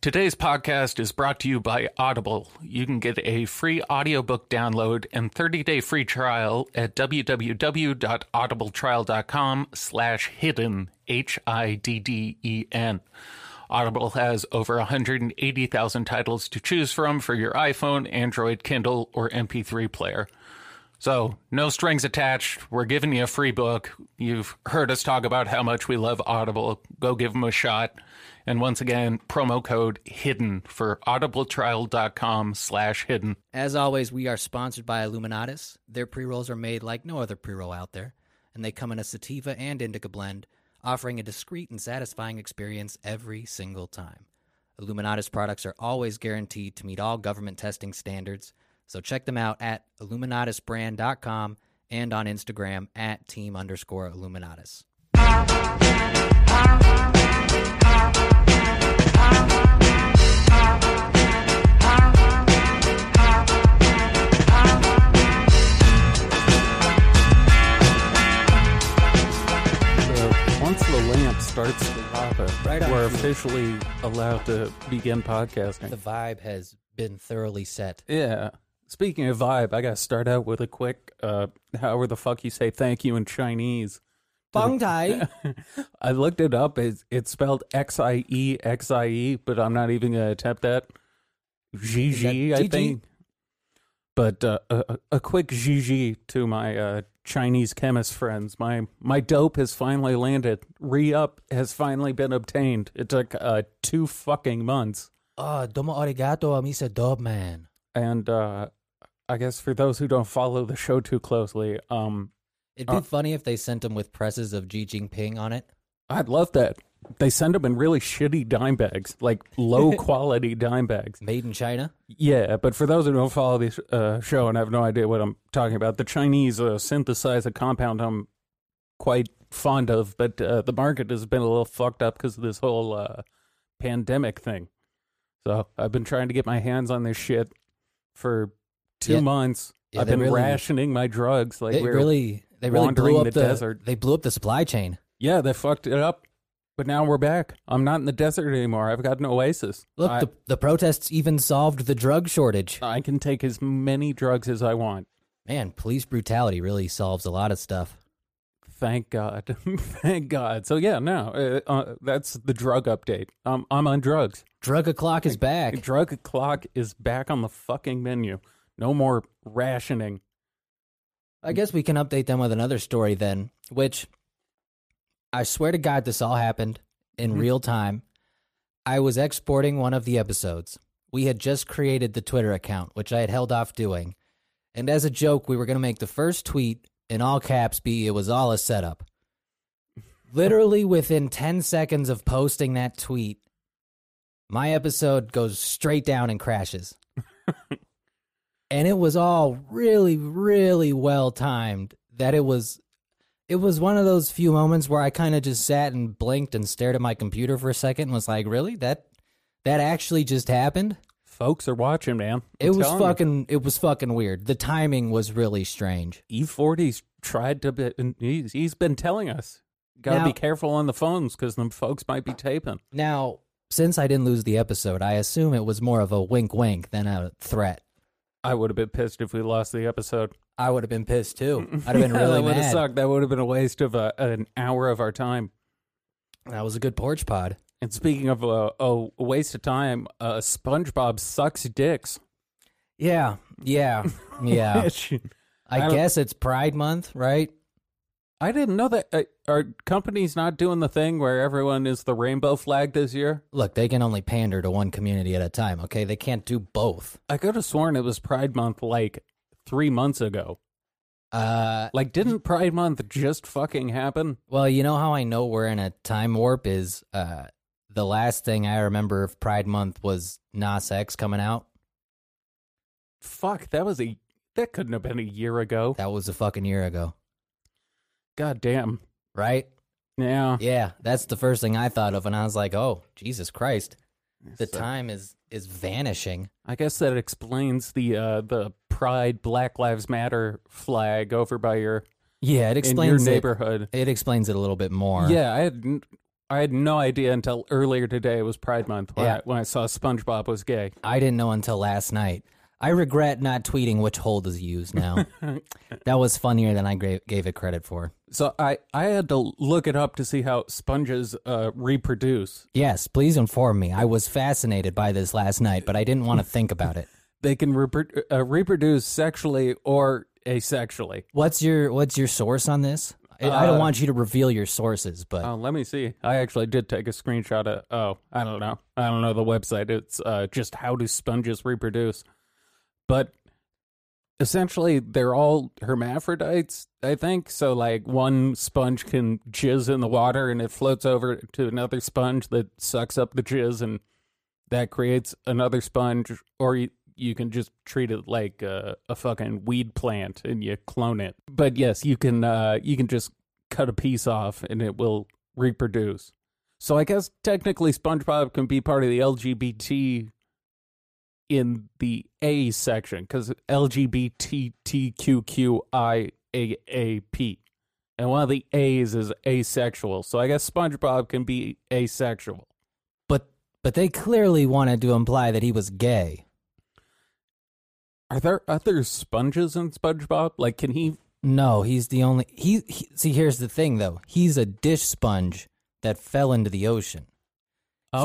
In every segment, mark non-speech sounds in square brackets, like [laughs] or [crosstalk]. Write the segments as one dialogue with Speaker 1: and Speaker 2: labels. Speaker 1: Today's podcast is brought to you by Audible. You can get a free audiobook download and 30-day free trial at www.audibletrial.com slash hidden, H-I-D-D-E-N. E Audible has over 180,000 titles to choose from for your iPhone, Android, Kindle, or MP3 player. So, no strings attached. We're giving you a free book. You've heard us talk about how much we love Audible. Go give them a shot. And once again, promo code HIDDEN for audibletrial.com slash hidden.
Speaker 2: As always, we are sponsored by Illuminatus. Their pre rolls are made like no other pre roll out there, and they come in a sativa and indica blend, offering a discreet and satisfying experience every single time. Illuminatus products are always guaranteed to meet all government testing standards, so check them out at illuminatusbrand.com and on Instagram at team underscore Illuminatus.
Speaker 1: So, once the lamp starts to lava,
Speaker 2: Right on
Speaker 1: we're
Speaker 2: cue.
Speaker 1: officially allowed to begin podcasting.
Speaker 2: The vibe has been thoroughly set.
Speaker 1: yeah. Speaking of vibe, I gotta start out with a quick, uh, however the fuck you say thank you in Chinese.
Speaker 2: Bong [laughs] Tai.
Speaker 1: I looked it up. It's, it's spelled X I E X I E, but I'm not even gonna attempt that. GG,
Speaker 2: Is that
Speaker 1: I
Speaker 2: GG?
Speaker 1: think. But uh, a, a- a quick GG to my uh, Chinese chemist friends. My my dope has finally landed. Re up has finally been obtained. It took uh, two fucking months.
Speaker 2: Oh, domo arigato, amisa dog man.
Speaker 1: And uh, I guess for those who don't follow the show too closely, um,
Speaker 2: It'd be
Speaker 1: Uh,
Speaker 2: funny if they sent them with presses of Xi Jinping on it.
Speaker 1: I'd love that. They send them in really shitty dime bags, like
Speaker 2: [laughs]
Speaker 1: low quality dime bags.
Speaker 2: Made in China.
Speaker 1: Yeah, but for those who don't follow this uh, show and have no idea what I'm talking about, the Chinese uh, synthesize a compound I'm quite fond of, but uh, the market has been a little fucked up because of this whole uh, pandemic thing. So I've been trying to get my hands on this shit for two
Speaker 2: Yeah.
Speaker 1: months.
Speaker 2: Yeah,
Speaker 1: I've
Speaker 2: they
Speaker 1: been
Speaker 2: really-
Speaker 1: rationing my drugs. Like
Speaker 2: They
Speaker 1: we're-
Speaker 2: really, they really
Speaker 1: wandering
Speaker 2: blew up
Speaker 1: the
Speaker 2: the,
Speaker 1: desert.
Speaker 2: They blew up the supply chain.
Speaker 1: yeah, they fucked it up. But now we're back. I'm not in the desert anymore. I've got an oasis.
Speaker 2: Look,
Speaker 1: I,
Speaker 2: the, the protests even solved the drug shortage.
Speaker 1: I can take as many drugs as I want.
Speaker 2: Man, police brutality really solves a lot of stuff.
Speaker 1: Thank God. [laughs] Thank God. So yeah, no, uh, uh, that's the drug update. Um, I'm on drugs.
Speaker 2: Drug o'clock is back.
Speaker 1: Drug o'clock is back on the fucking menu. No more rationing.
Speaker 2: I guess we can update them with another story then, which I swear to God, this all happened in real time. I was exporting one of the episodes. We had just created the Twitter account, which I had held off doing. And as a joke, we were going to make the first tweet in all caps be it was all a setup. Literally within 10 seconds of posting that tweet, my episode goes straight down and crashes. and it was all really really well timed that it was it was one of those few moments where I kind of just sat and blinked and stared at my computer for a second and was like, "Really? That that actually just happened?"
Speaker 1: Folks are watching, man.
Speaker 2: It
Speaker 1: I'm
Speaker 2: was
Speaker 1: telling you.
Speaker 2: fucking it was fucking weird. The timing was really strange.
Speaker 1: E40's E tried to. Be, and he's he's been telling us. Gotta
Speaker 2: Now-
Speaker 1: be careful on the phones because them folks might be taping.
Speaker 2: Now, since I didn't lose the episode, I assume it was more of a wink wink than a threat.
Speaker 1: I would have been pissed if we lost the episode.
Speaker 2: I would have been
Speaker 1: [laughs]
Speaker 2: pissed too. I'd have been
Speaker 1: that
Speaker 2: really
Speaker 1: would have
Speaker 2: mad.
Speaker 1: sucked. That would have been a waste of uh an hour of our time.
Speaker 2: That was a good porch pod.
Speaker 1: And speaking of uh, oh, a waste of time, uh, SpongeBob sucks dicks.
Speaker 2: Yeah. Yeah. Yeah.
Speaker 1: [laughs] I
Speaker 2: I
Speaker 1: don't-
Speaker 2: guess it's Pride Month, right?
Speaker 1: I didn't know that. Uh, are companies not doing the thing where everyone is the rainbow flag this year?
Speaker 2: Look, they can only pander to one community at a time, okay? They can't do both.
Speaker 1: I could have sworn it was Pride Month like three months ago.
Speaker 2: Uh,
Speaker 1: Like, didn't Pride Month just fucking happen?
Speaker 2: well, you know how I know we're in a time warp is uh, the last thing I remember of Pride Month was Nas X coming out.
Speaker 1: Fuck, that was a that couldn't have been a year ago.
Speaker 2: That was a fucking year ago,
Speaker 1: God damn.
Speaker 2: right?
Speaker 1: Yeah.
Speaker 2: Yeah, that's the first thing I thought of, and I was like, oh, Jesus Christ, the time is is vanishing.
Speaker 1: I guess that explains the uh the Pride Black Lives Matter flag over by your
Speaker 2: Yeah,
Speaker 1: in
Speaker 2: it
Speaker 1: your
Speaker 2: explains it.
Speaker 1: neighborhood.
Speaker 2: It explains it a little bit more.
Speaker 1: Yeah, I had n-
Speaker 3: I had no idea until earlier today it was Pride Month when,
Speaker 2: Yeah.
Speaker 3: I, when I saw SpongeBob was gay.
Speaker 2: I didn't know until last night. I regret not tweeting which hold is used now. that was funnier than I gra- gave it credit for.
Speaker 3: So I, I had to look it up to see how sponges uh, reproduce.
Speaker 2: Yes, please inform me. I was fascinated by this last night, but I didn't want to think about it.
Speaker 3: They can repro- uh, reproduce sexually or asexually.
Speaker 2: What's your What's your source on this? I I don't want you to reveal your sources, but
Speaker 3: Uh, let me see. I actually did take a screenshot of. Oh, I don't know. I don't know the website. It's uh, just how do sponges reproduce? But essentially, they're all hermaphrodites. I think so. Like one sponge can jizz in the water, and it floats over to another sponge that sucks up the jizz, and that creates another sponge. Or you, you can just treat it like a, a fucking weed plant, and you clone it. But yes, you can. Uh, you can just cut a piece off and it will reproduce. So I guess technically SpongeBob can be part of the LGBT in the A section because LGBTQQIAAP. And one of the A's is asexual. So I guess SpongeBob can be asexual.
Speaker 2: but but they clearly wanted to imply that he was gay.
Speaker 3: Are there other sponges in SpongeBob? Like, can he?
Speaker 2: No, he's the only he, he. See, here's the thing though. He's a dish sponge that fell into the ocean.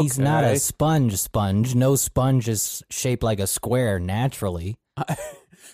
Speaker 2: He's not a
Speaker 3: Okay.
Speaker 2: sponge sponge. No sponge is shaped like a square naturally.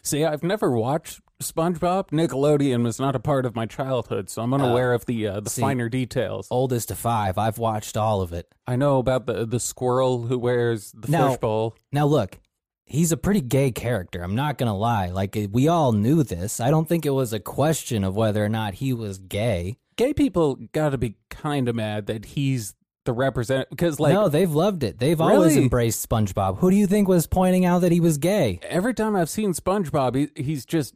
Speaker 3: See, I've never watched SpongeBob. Nickelodeon was not a part of my childhood, so I'm unaware of the uh, the
Speaker 2: see.
Speaker 3: finer details.
Speaker 2: Oldest to five. I've watched all of it.
Speaker 3: I know about the the squirrel who wears the
Speaker 2: Now-
Speaker 3: fishbowl.
Speaker 2: Now look, he's a pretty gay character. I'm not gonna lie. Like we all knew this. I don't think it was a question of whether or not he was gay.
Speaker 3: Gay people got to be kind of mad that he's the represent because like
Speaker 2: no, they've loved it. They've always
Speaker 3: Really?
Speaker 2: embraced SpongeBob. Who do you think was pointing out that he was gay?
Speaker 3: every time I've seen SpongeBob, he, he's just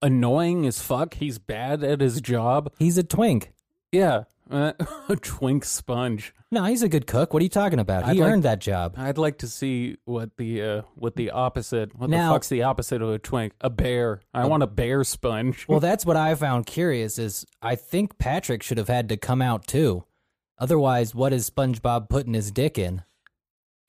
Speaker 3: annoying as fuck. He's bad at his job.
Speaker 2: He's a twink.
Speaker 3: Yeah, uh, [laughs] twink sponge.
Speaker 2: No, he's a good cook. What are you talking about?
Speaker 3: I'd
Speaker 2: he
Speaker 3: like-
Speaker 2: earned that job.
Speaker 3: I'd like to see what the uh, what the opposite what
Speaker 2: Now-
Speaker 3: the fuck's the opposite of a twink? A bear. I want a bear sponge.
Speaker 2: Well, that's what I found curious is I think Patrick should have had to come out too. Otherwise, what is SpongeBob putting his dick in?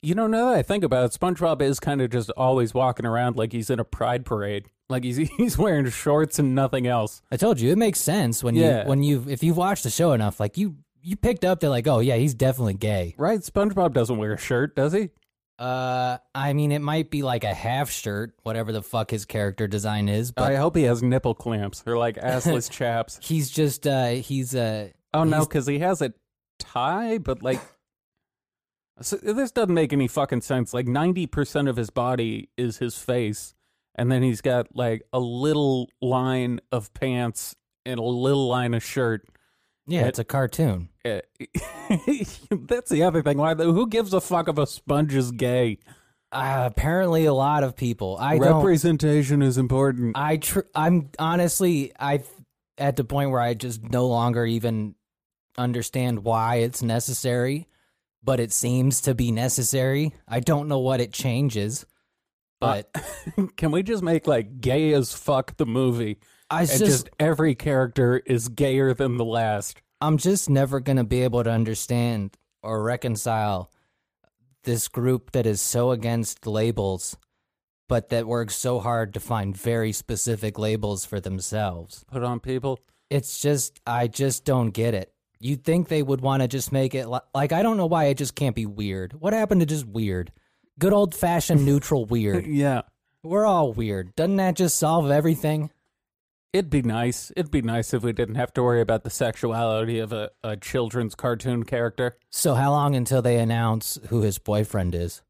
Speaker 3: You know, now that I think about it, SpongeBob is kind of just always walking around like he's in a pride parade. Like he's [laughs] he's wearing shorts and nothing else.
Speaker 2: I told you it makes sense when
Speaker 3: Yeah.
Speaker 2: you when you if you've watched the show enough, like you you picked up that like oh yeah he's definitely gay.
Speaker 3: Right? SpongeBob doesn't wear a shirt, does he?
Speaker 2: Uh, I mean it might be like a half shirt, whatever the fuck his character design is, but
Speaker 3: I hope he has nipple clamps or
Speaker 2: [laughs]
Speaker 3: like assless chaps.
Speaker 2: he's just uh he's uh
Speaker 3: Oh no,
Speaker 2: He's-
Speaker 3: because he has a tie,
Speaker 2: [sighs]
Speaker 3: but like. So this doesn't make any fucking sense. Like 90% of his body is his face, and then he's got like a little line of pants and a little line of shirt.
Speaker 2: yeah
Speaker 3: It-
Speaker 2: it's a cartoon.
Speaker 3: [laughs] Uh, that's the other thing. Why? Who gives a fuck if a sponge is gay?
Speaker 2: Uh, apparently a lot of people I don't
Speaker 3: Representation is important. [laughs]
Speaker 2: I tr- I'm honestly I at the point where I just no longer even understand why it's necessary, but it seems to be necessary. I don't know what it changes, but
Speaker 3: Can we just make like gay as fuck the movie?
Speaker 2: I
Speaker 3: And
Speaker 2: just,
Speaker 3: just every character is gayer than the last.
Speaker 2: I'm just never gonna be able to understand or reconcile this group that is so against labels, but that works so hard to find very specific labels for themselves.
Speaker 3: Put on people.
Speaker 2: It's just I just don't get it. You'd think they would want to just make it li- like I don't know why it just can't be weird. What happened to just weird? Good old
Speaker 3: [laughs]
Speaker 2: fashioned neutral weird.
Speaker 3: Uh, Yeah.
Speaker 2: We're all weird. Doesn't that just solve everything?
Speaker 3: It'd be nice. It'd be nice if we didn't have to worry about the sexuality of a, a children's cartoon character.
Speaker 2: So how long until they announce who his boyfriend is?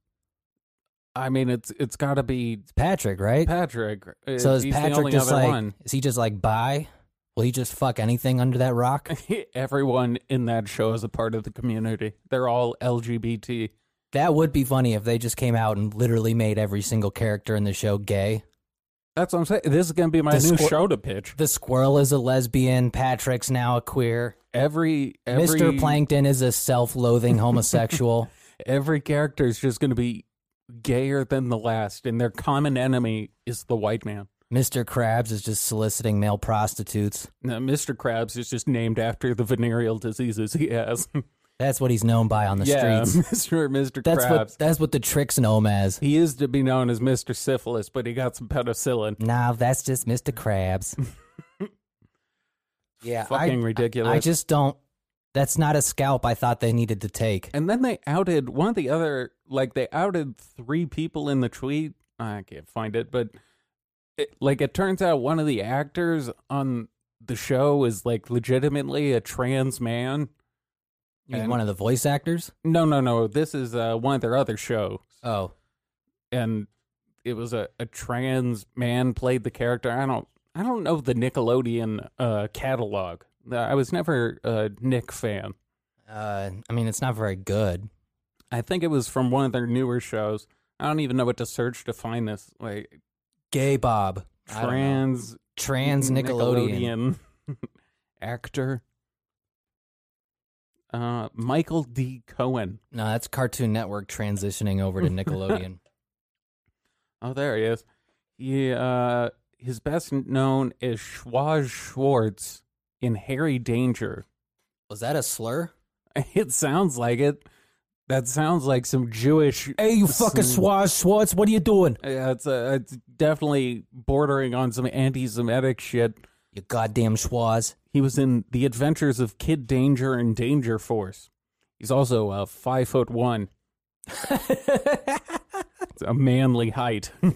Speaker 3: I mean, it's it's got to be
Speaker 2: It's Patrick, right?
Speaker 3: Patrick.
Speaker 2: so is
Speaker 3: He's the
Speaker 2: Patrick
Speaker 3: only
Speaker 2: just
Speaker 3: other
Speaker 2: like
Speaker 3: one.
Speaker 2: is he just like bi? Will he just fuck anything under that rock?
Speaker 3: [laughs] Everyone in that show is a part of the community. They're all LGBT.
Speaker 2: that would be funny if they just came out and literally made every single character in the show gay.
Speaker 3: That's what I'm saying. This is going to be my
Speaker 2: The
Speaker 3: new
Speaker 2: squ-
Speaker 3: show to pitch.
Speaker 2: The squirrel is a lesbian, Patrick's now a queer.
Speaker 3: Every every
Speaker 2: Mr. Plankton is a self-loathing homosexual. [laughs]
Speaker 3: every character is just going to be gayer than the last, and their common enemy is the white man.
Speaker 2: Mr. Krabs is just soliciting male prostitutes.
Speaker 3: Now, Mr. Krabs is just named after the venereal diseases he has. [laughs]
Speaker 2: That's what he's known by on the
Speaker 3: yeah,
Speaker 2: streets.
Speaker 3: [laughs] Mr. Mr.
Speaker 2: That's
Speaker 3: Krabs.
Speaker 2: what that's what the tricks know him as.
Speaker 3: He used to be known as Mr. Syphilis, but he got some penicillin.
Speaker 2: Nah, that's just Mr.
Speaker 3: [laughs]
Speaker 2: Krabs. yeah, I-
Speaker 3: Fucking ridiculous.
Speaker 2: I just don't. That's not a scalp I thought they needed to take.
Speaker 3: and then they outed one of the other, like they outed three people in the tweet. I can't find it, but it, like it turns out one of the actors on the show is like legitimately a trans man.
Speaker 2: You mean
Speaker 3: And-
Speaker 2: one of the voice actors?
Speaker 3: No, no, no. This is uh, one of their other shows,
Speaker 2: Oh,
Speaker 3: and it was a, a trans man played the character. I don't, I don't know the Nickelodeon uh, catalog. Uh, I was never a Nick fan.
Speaker 2: uh, I mean, it's not very good.
Speaker 3: I think it was from one of their newer shows. I don't even know what to search to find this. Like
Speaker 2: Gay Bob, I don't know.
Speaker 3: trans
Speaker 2: trans Nickelodeon.
Speaker 3: Nickelodeon [laughs] actor uh, Michael D. Cohen.
Speaker 2: No, that's Cartoon Network transitioning over
Speaker 3: [laughs]
Speaker 2: to Nickelodeon.
Speaker 3: Oh, there he is. He uh, his best known is Schwaz Schwartz in Harry Danger. [laughs]
Speaker 2: Was that a slur?
Speaker 3: It sounds like it. That sounds like some Jewish. [laughs]
Speaker 2: Hey, you
Speaker 3: fucking
Speaker 2: Swaz Schwartz, what are you doing?
Speaker 3: Yeah, it's uh it's definitely bordering on some anti-Semitic shit.
Speaker 2: You goddamn [laughs] Schwaz.
Speaker 3: He was in The Adventures of Kid Danger and Danger Force. He's also uh, five foot one. It's a manly height. [laughs] Man,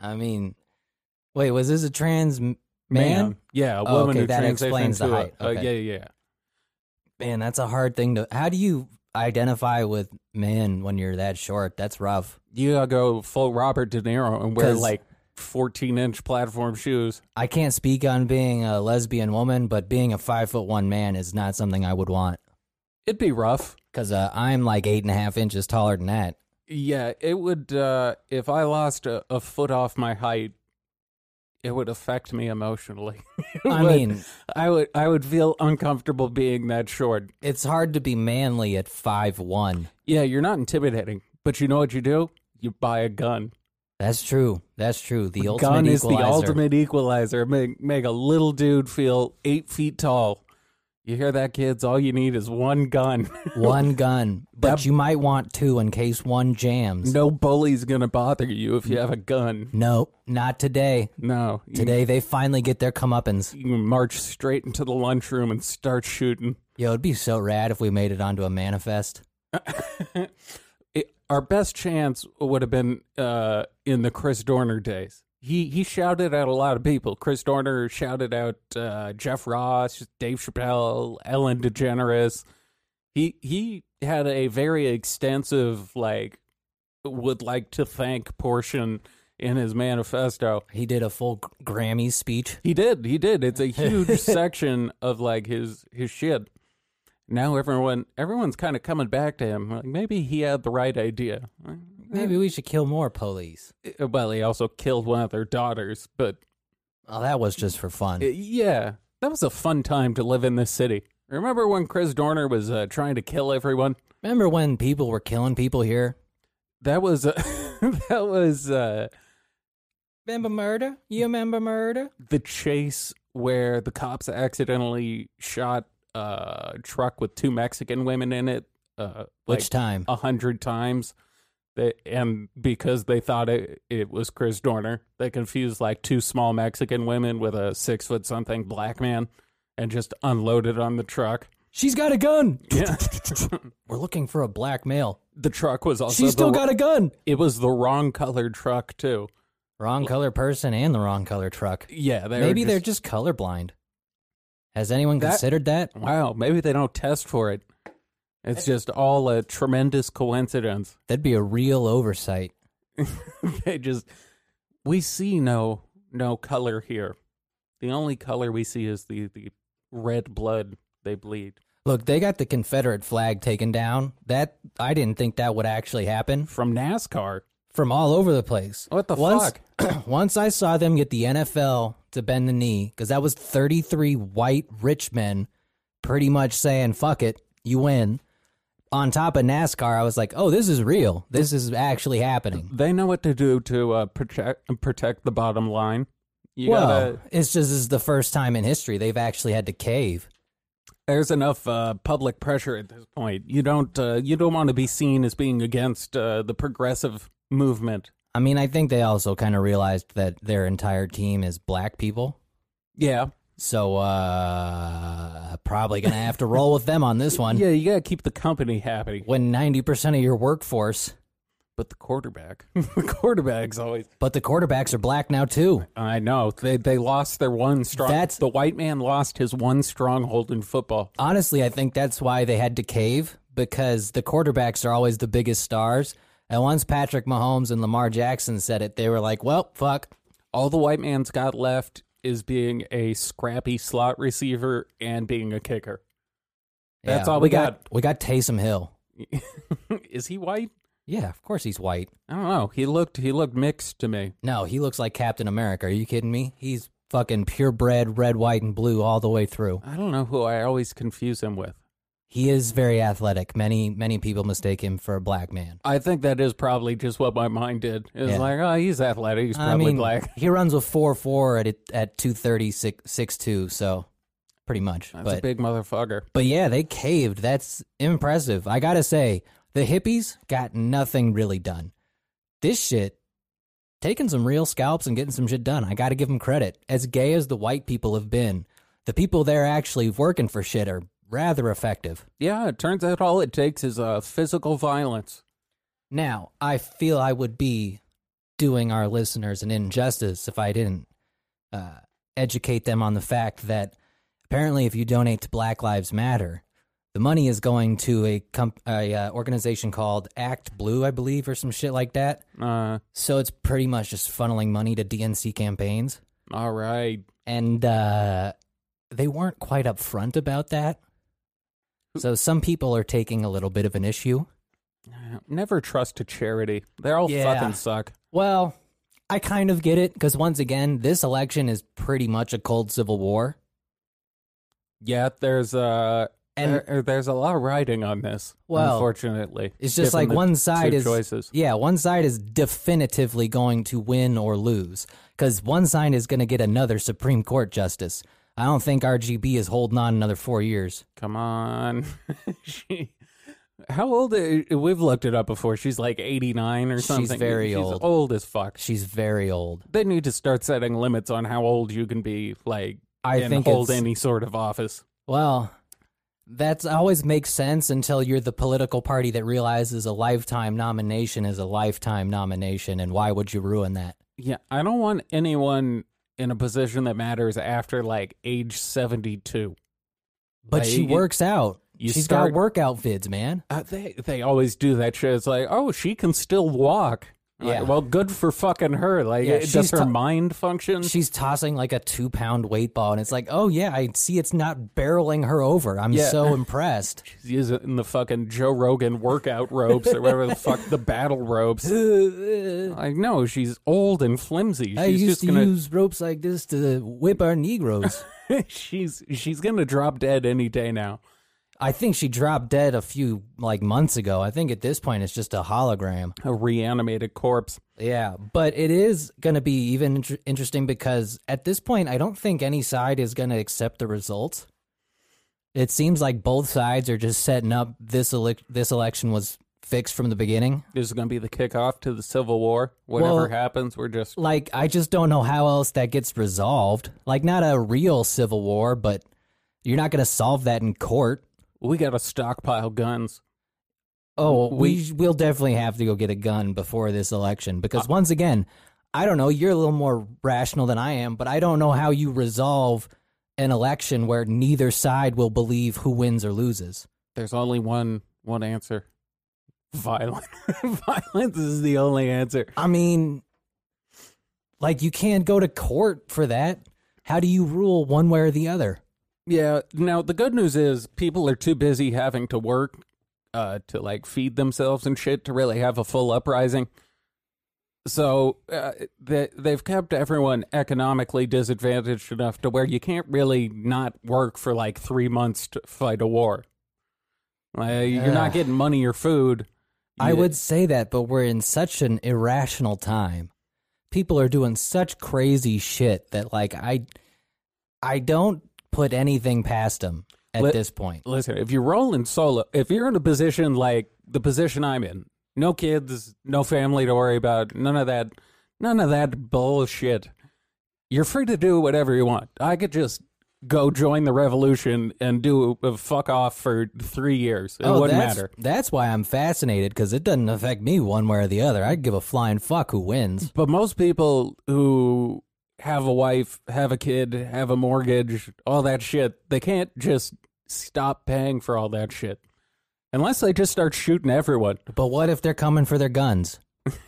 Speaker 2: I mean, wait, was this a trans m- man?
Speaker 3: yeah, a
Speaker 2: Oh,
Speaker 3: woman
Speaker 2: okay,
Speaker 3: who
Speaker 2: that
Speaker 3: transitioned
Speaker 2: explains the
Speaker 3: to a-
Speaker 2: height.
Speaker 3: uh,
Speaker 2: Okay.
Speaker 3: yeah, yeah.
Speaker 2: Man, that's a hard thing to. How do you identify with man when you're that short? That's rough.
Speaker 3: You gotta go full Robert De Niro and wear
Speaker 2: 'Cause-
Speaker 3: like fourteen inch platform shoes.
Speaker 2: I can't speak on being a lesbian woman, but being a five foot one man is not something I would want
Speaker 3: It'd be rough.
Speaker 2: because uh, I'm like eight and a half inches taller than that. [laughs]
Speaker 3: Yeah, it would. Uh, if I lost a, a foot off my height, it would affect me emotionally. [laughs] It
Speaker 2: I
Speaker 3: would.
Speaker 2: mean,
Speaker 3: I would I would feel uncomfortable being that short.
Speaker 2: it's hard to be manly at five one.
Speaker 3: Yeah, you're not intimidating, but you know what you do? You buy a gun.
Speaker 2: That's true. That's true. The ultimate
Speaker 3: gun is
Speaker 2: equalizer.
Speaker 3: the ultimate equalizer. Make make a little dude feel eight feet tall. You hear that, kids? All you need is one gun. [laughs]
Speaker 2: one gun, but you might want two in case one jams.
Speaker 3: no bully's gonna bother you if you have a gun.
Speaker 2: No, not today.
Speaker 3: No, You-
Speaker 2: Today they finally get their comeuppance.
Speaker 3: You, can march straight into the lunchroom and start shooting.
Speaker 2: Yo, it'd be so rad if we made it onto a manifest.
Speaker 3: It, our best chance would have been uh, in the Chris Dorner days. He he shouted at a lot of people. Chris Dorner shouted out uh, Jeff Ross, Dave Chappelle, Ellen DeGeneres. He he had a very extensive like would like to thank portion in his manifesto.
Speaker 2: He did a full G- Grammy speech.
Speaker 3: He did. He did. It's a huge section of like his his shit. Now everyone everyone's kind of coming back to him. Like maybe he had the right idea.
Speaker 2: Maybe we should kill more police.
Speaker 3: Uh, Well, he also killed one of their daughters, but
Speaker 2: Oh, that was just for
Speaker 3: uh,
Speaker 2: fun.
Speaker 3: yeah, that was a fun time to live in this city. Remember when Chris Dorner was uh, trying to kill everyone?
Speaker 2: Remember when people were killing people here?
Speaker 3: That was uh, [laughs] that was uh,
Speaker 2: Remember murder? You remember murder?
Speaker 3: the chase where the cops accidentally shot uh, a truck with two Mexican women in it. Uh, like,
Speaker 2: Which time?
Speaker 3: a hundred times. They, and because they thought it, it was Chris Dorner, they confused like two small Mexican women with a six foot something black man and just unloaded on the
Speaker 2: [laughs]
Speaker 3: truck.
Speaker 2: She's got a gun.
Speaker 3: Yeah.
Speaker 2: We're looking for a black male.
Speaker 3: the truck was also
Speaker 2: She's still
Speaker 3: the,
Speaker 2: got a gun.
Speaker 3: it was the wrong colored truck too.
Speaker 2: Wrong color person and the wrong color truck.
Speaker 3: Yeah, they were
Speaker 2: Maybe
Speaker 3: just,
Speaker 2: they're just colorblind. Has anyone
Speaker 3: That-
Speaker 2: considered that?
Speaker 3: wow. Maybe they don't test for it. It's just all a tremendous coincidence.
Speaker 2: That'd be a real oversight.
Speaker 3: [laughs] they just we see no no color here. The only color we see is the the red blood they bleed.
Speaker 2: Look, they got the Confederate flag taken down. That I didn't think that would actually happen
Speaker 3: From NASCAR.
Speaker 2: from all over the place.
Speaker 3: What the
Speaker 2: once, fuck? [clears throat] once I saw them get the NFL to bend the knee because that was 33 white rich men pretty much saying "fuck it, you win." On top of NASCAR, I was like, "Oh, this is real. This is actually happening."
Speaker 3: They know what to do to uh, protect protect the bottom line. You
Speaker 2: well,
Speaker 3: gotta
Speaker 2: it's just this is the first time in history they've actually had to cave.
Speaker 3: There's enough uh, public pressure at this point. You don't uh, you don't want to be seen as being against uh, the progressive movement.
Speaker 2: I mean, I think they also kind of realized that their entire team is black people.
Speaker 3: Yeah,
Speaker 2: So uh probably going to
Speaker 3: [laughs]
Speaker 2: have to roll with them on this one.
Speaker 3: yeah. You gotta keep the company happy,
Speaker 2: When 90% of your workforce,
Speaker 3: but the quarterback, [laughs] the quarterback's always.
Speaker 2: but the quarterbacks are black now too.
Speaker 3: I know they they lost their one strong.
Speaker 2: That's-
Speaker 3: the white man lost his one stronghold in football.
Speaker 2: Honestly, I think that's why they had to cave because the quarterbacks are always the biggest stars. And once Patrick Mahomes and Lamar Jackson said it, they were like, "Well, fuck."
Speaker 3: All the white man's got left is being a scrappy slot receiver and being a kicker. That's all we
Speaker 2: got. We got Taysom Hill.
Speaker 3: [laughs] Is he white?
Speaker 2: Yeah, of course he's white.
Speaker 3: I don't know. He looked he looked mixed to me.
Speaker 2: No, he looks like Captain America. Are you kidding me? He's fucking purebred red, white, and blue all the way through.
Speaker 3: I don't know who I always confuse him with.
Speaker 2: He is very athletic. Many, many people mistake him for a black man.
Speaker 3: I think that is probably just what my mind did. It was
Speaker 2: Yeah.
Speaker 3: like, oh, he's athletic. He's
Speaker 2: I
Speaker 3: probably
Speaker 2: mean,
Speaker 3: black.
Speaker 2: he runs with four four at at two thirty six six two, so pretty much.
Speaker 3: That's
Speaker 2: but
Speaker 3: a big motherfucker.
Speaker 2: But yeah, they caved. That's impressive. I gotta say, the hippies got nothing really done. This shit, taking some real scalps and getting some shit done. I gotta give them credit. As gay as the white people have been, the people there actually working for shit are rather effective.
Speaker 3: Yeah, it turns out all it takes is uh, physical violence.
Speaker 2: Now, I feel I would be doing our listeners an injustice if I didn't uh, educate them on the fact that apparently, if you donate to Black Lives Matter, the money is going to a, comp- a uh, organization called Act Blue, I believe, or some shit like that.
Speaker 3: Uh,
Speaker 2: So it's pretty much just funneling money to DNC campaigns,
Speaker 3: all right.
Speaker 2: and uh, they weren't quite upfront about that. So some people are taking a little bit of an issue.
Speaker 3: Never trust a charity. They all
Speaker 2: Yeah.
Speaker 3: fucking suck.
Speaker 2: Well, I kind of get it because once again, this election is pretty much a cold civil war.
Speaker 3: Yeah, there's uh,
Speaker 2: And-
Speaker 3: there- there's a lot of writing on this.
Speaker 2: Well,
Speaker 3: unfortunately,
Speaker 2: It's just
Speaker 3: given
Speaker 2: like
Speaker 3: the
Speaker 2: one side
Speaker 3: two
Speaker 2: is
Speaker 3: choices.
Speaker 2: yeah, one side is definitively going to win or lose because one side is going to get another Supreme Court justice. I don't think RGB is holding on another four years.
Speaker 3: Come on. [laughs] she, how old? Is, we've looked it up before. She's like 89 or
Speaker 2: She's
Speaker 3: something.
Speaker 2: very old.
Speaker 3: old as fuck.
Speaker 2: She's very old.
Speaker 3: They need to start setting limits on how old you can be, like,
Speaker 2: I
Speaker 3: and
Speaker 2: think
Speaker 3: hold
Speaker 2: it's-
Speaker 3: any sort of office.
Speaker 2: Well, that's always makes sense until you're the political party that realizes a lifetime nomination is a lifetime nomination, and why would you ruin that?
Speaker 3: Yeah, I don't want anyone in a position that matters after like age 72.
Speaker 2: But
Speaker 3: Like,
Speaker 2: she
Speaker 3: you-
Speaker 2: works out.
Speaker 3: you
Speaker 2: She's
Speaker 3: start-
Speaker 2: got work outfits, man.
Speaker 3: Uh, they they always do that shit. It's like, oh, she can still walk. Like,
Speaker 2: Yeah.
Speaker 3: well, good for fucking her. Like,
Speaker 2: Yeah,
Speaker 3: does
Speaker 2: she's
Speaker 3: her
Speaker 2: t-
Speaker 3: mind function?
Speaker 2: She's tossing like a two pound weight ball, and it's like, oh yeah, I see it's not barreling her over. I'm
Speaker 3: Yeah.
Speaker 2: so [laughs] impressed.
Speaker 3: He's in the fucking Joe Rogan workout ropes
Speaker 2: [laughs]
Speaker 3: or whatever the fuck the battle ropes.
Speaker 2: I
Speaker 3: Like no, [laughs] she's old and flimsy. She's
Speaker 2: used
Speaker 3: just
Speaker 2: to
Speaker 3: gonna
Speaker 2: use ropes like this to whip our
Speaker 3: [laughs]
Speaker 2: Negroes.
Speaker 3: she's she's gonna drop dead any day now.
Speaker 2: I think she dropped dead a few like months ago. I think at this point it's just a hologram.
Speaker 3: A reanimated corpse.
Speaker 2: Yeah, but it is going to be even inter- interesting because at this point, I don't think any side is going to accept the results. It seems like both sides are just setting up this elec this election was fixed from the beginning.
Speaker 3: This is gonna be the kickoff to the Civil War. Whatever
Speaker 2: Well-
Speaker 3: happens, we're just
Speaker 2: Like, I just don't know how else that gets resolved. Like, not a real civil war, but you're not going to solve that in court.
Speaker 3: we gotta stockpile guns.
Speaker 2: Oh, we we'll definitely have to go get a gun before this election because once again, I don't know, you're a little more rational than I am, but I don't know how you resolve an election where neither side will believe who wins or loses.
Speaker 3: There's only one one answer. Violence. [laughs] Violence is the only answer.
Speaker 2: I mean, like you can't go to court for that. How do you rule one way or the other?
Speaker 3: Yeah. Now the good news is people are too busy having to work uh, to like feed themselves and shit to really have a full uprising. So uh, they they've kept everyone economically disadvantaged enough to where you can't really not work for like three months to fight a war. Uh, you're not
Speaker 2: Ugh.
Speaker 3: getting money or food.
Speaker 2: I
Speaker 3: You-
Speaker 2: would say that, but we're in such an irrational time. People are doing such crazy shit that like I I don't put anything past them. at
Speaker 3: Let-
Speaker 2: this point.
Speaker 3: Listen, if you're rolling solo, if you're in a position like the position I'm in, no kids, no family to worry about, none of that, none of that bullshit. You're free to do whatever you want. I could just go join the revolution and do a fuck off for three years. It wouldn't
Speaker 2: Oh, that's,
Speaker 3: matter.
Speaker 2: That's why I'm fascinated because it doesn't affect me one way or the other. I'd give a flying fuck who wins.
Speaker 3: But most people who have a wife, have a kid, have a mortgage, all that shit, they can't just stop paying for all that shit. Unless they just start shooting everyone.
Speaker 2: But what if they're coming for their guns?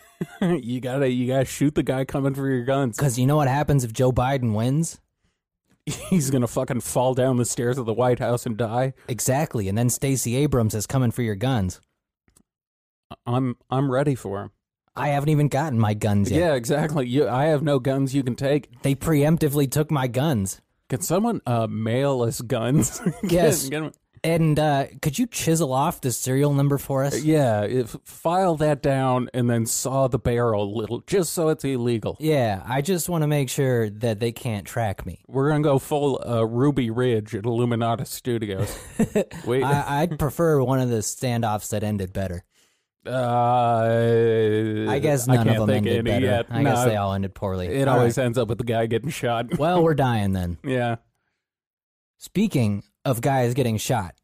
Speaker 3: [laughs] you gotta you gotta shoot the guy coming for your guns. [laughs]
Speaker 2: Because you know what happens if Joe Biden wins?
Speaker 3: He's gonna fucking fall down the stairs of the White House and die.
Speaker 2: Exactly. And then Stacey Abrams is coming for your guns.
Speaker 3: I'm I'm ready for him.
Speaker 2: I haven't even gotten my guns yet.
Speaker 3: Yeah, exactly. You, I have no guns you can take.
Speaker 2: They preemptively took my guns.
Speaker 3: Can someone uh, mail us guns? [laughs] Get-
Speaker 2: Yes.
Speaker 3: get 'em-
Speaker 2: And uh, could you chisel off the serial number for us?
Speaker 3: yeah. If, file that down and then saw the barrel a little, just so it's illegal.
Speaker 2: Yeah, I just want to make sure that they can't track
Speaker 3: [laughs]
Speaker 2: me.
Speaker 3: We're gonna go full uh, Ruby Ridge at
Speaker 2: [laughs]
Speaker 3: Illuminata Studios. Wait,
Speaker 2: I, I'd prefer one of the standoffs that ended better.
Speaker 3: uh,
Speaker 2: I guess none
Speaker 3: can't
Speaker 2: of them
Speaker 3: think
Speaker 2: ended
Speaker 3: any
Speaker 2: better.
Speaker 3: yet.
Speaker 2: I
Speaker 3: No,
Speaker 2: guess they all ended poorly.
Speaker 3: It
Speaker 2: All
Speaker 3: always
Speaker 2: right.
Speaker 3: ends up with the guy getting shot.
Speaker 2: Well, we're dying then.
Speaker 3: Yeah.
Speaker 2: Speaking of guys getting shot,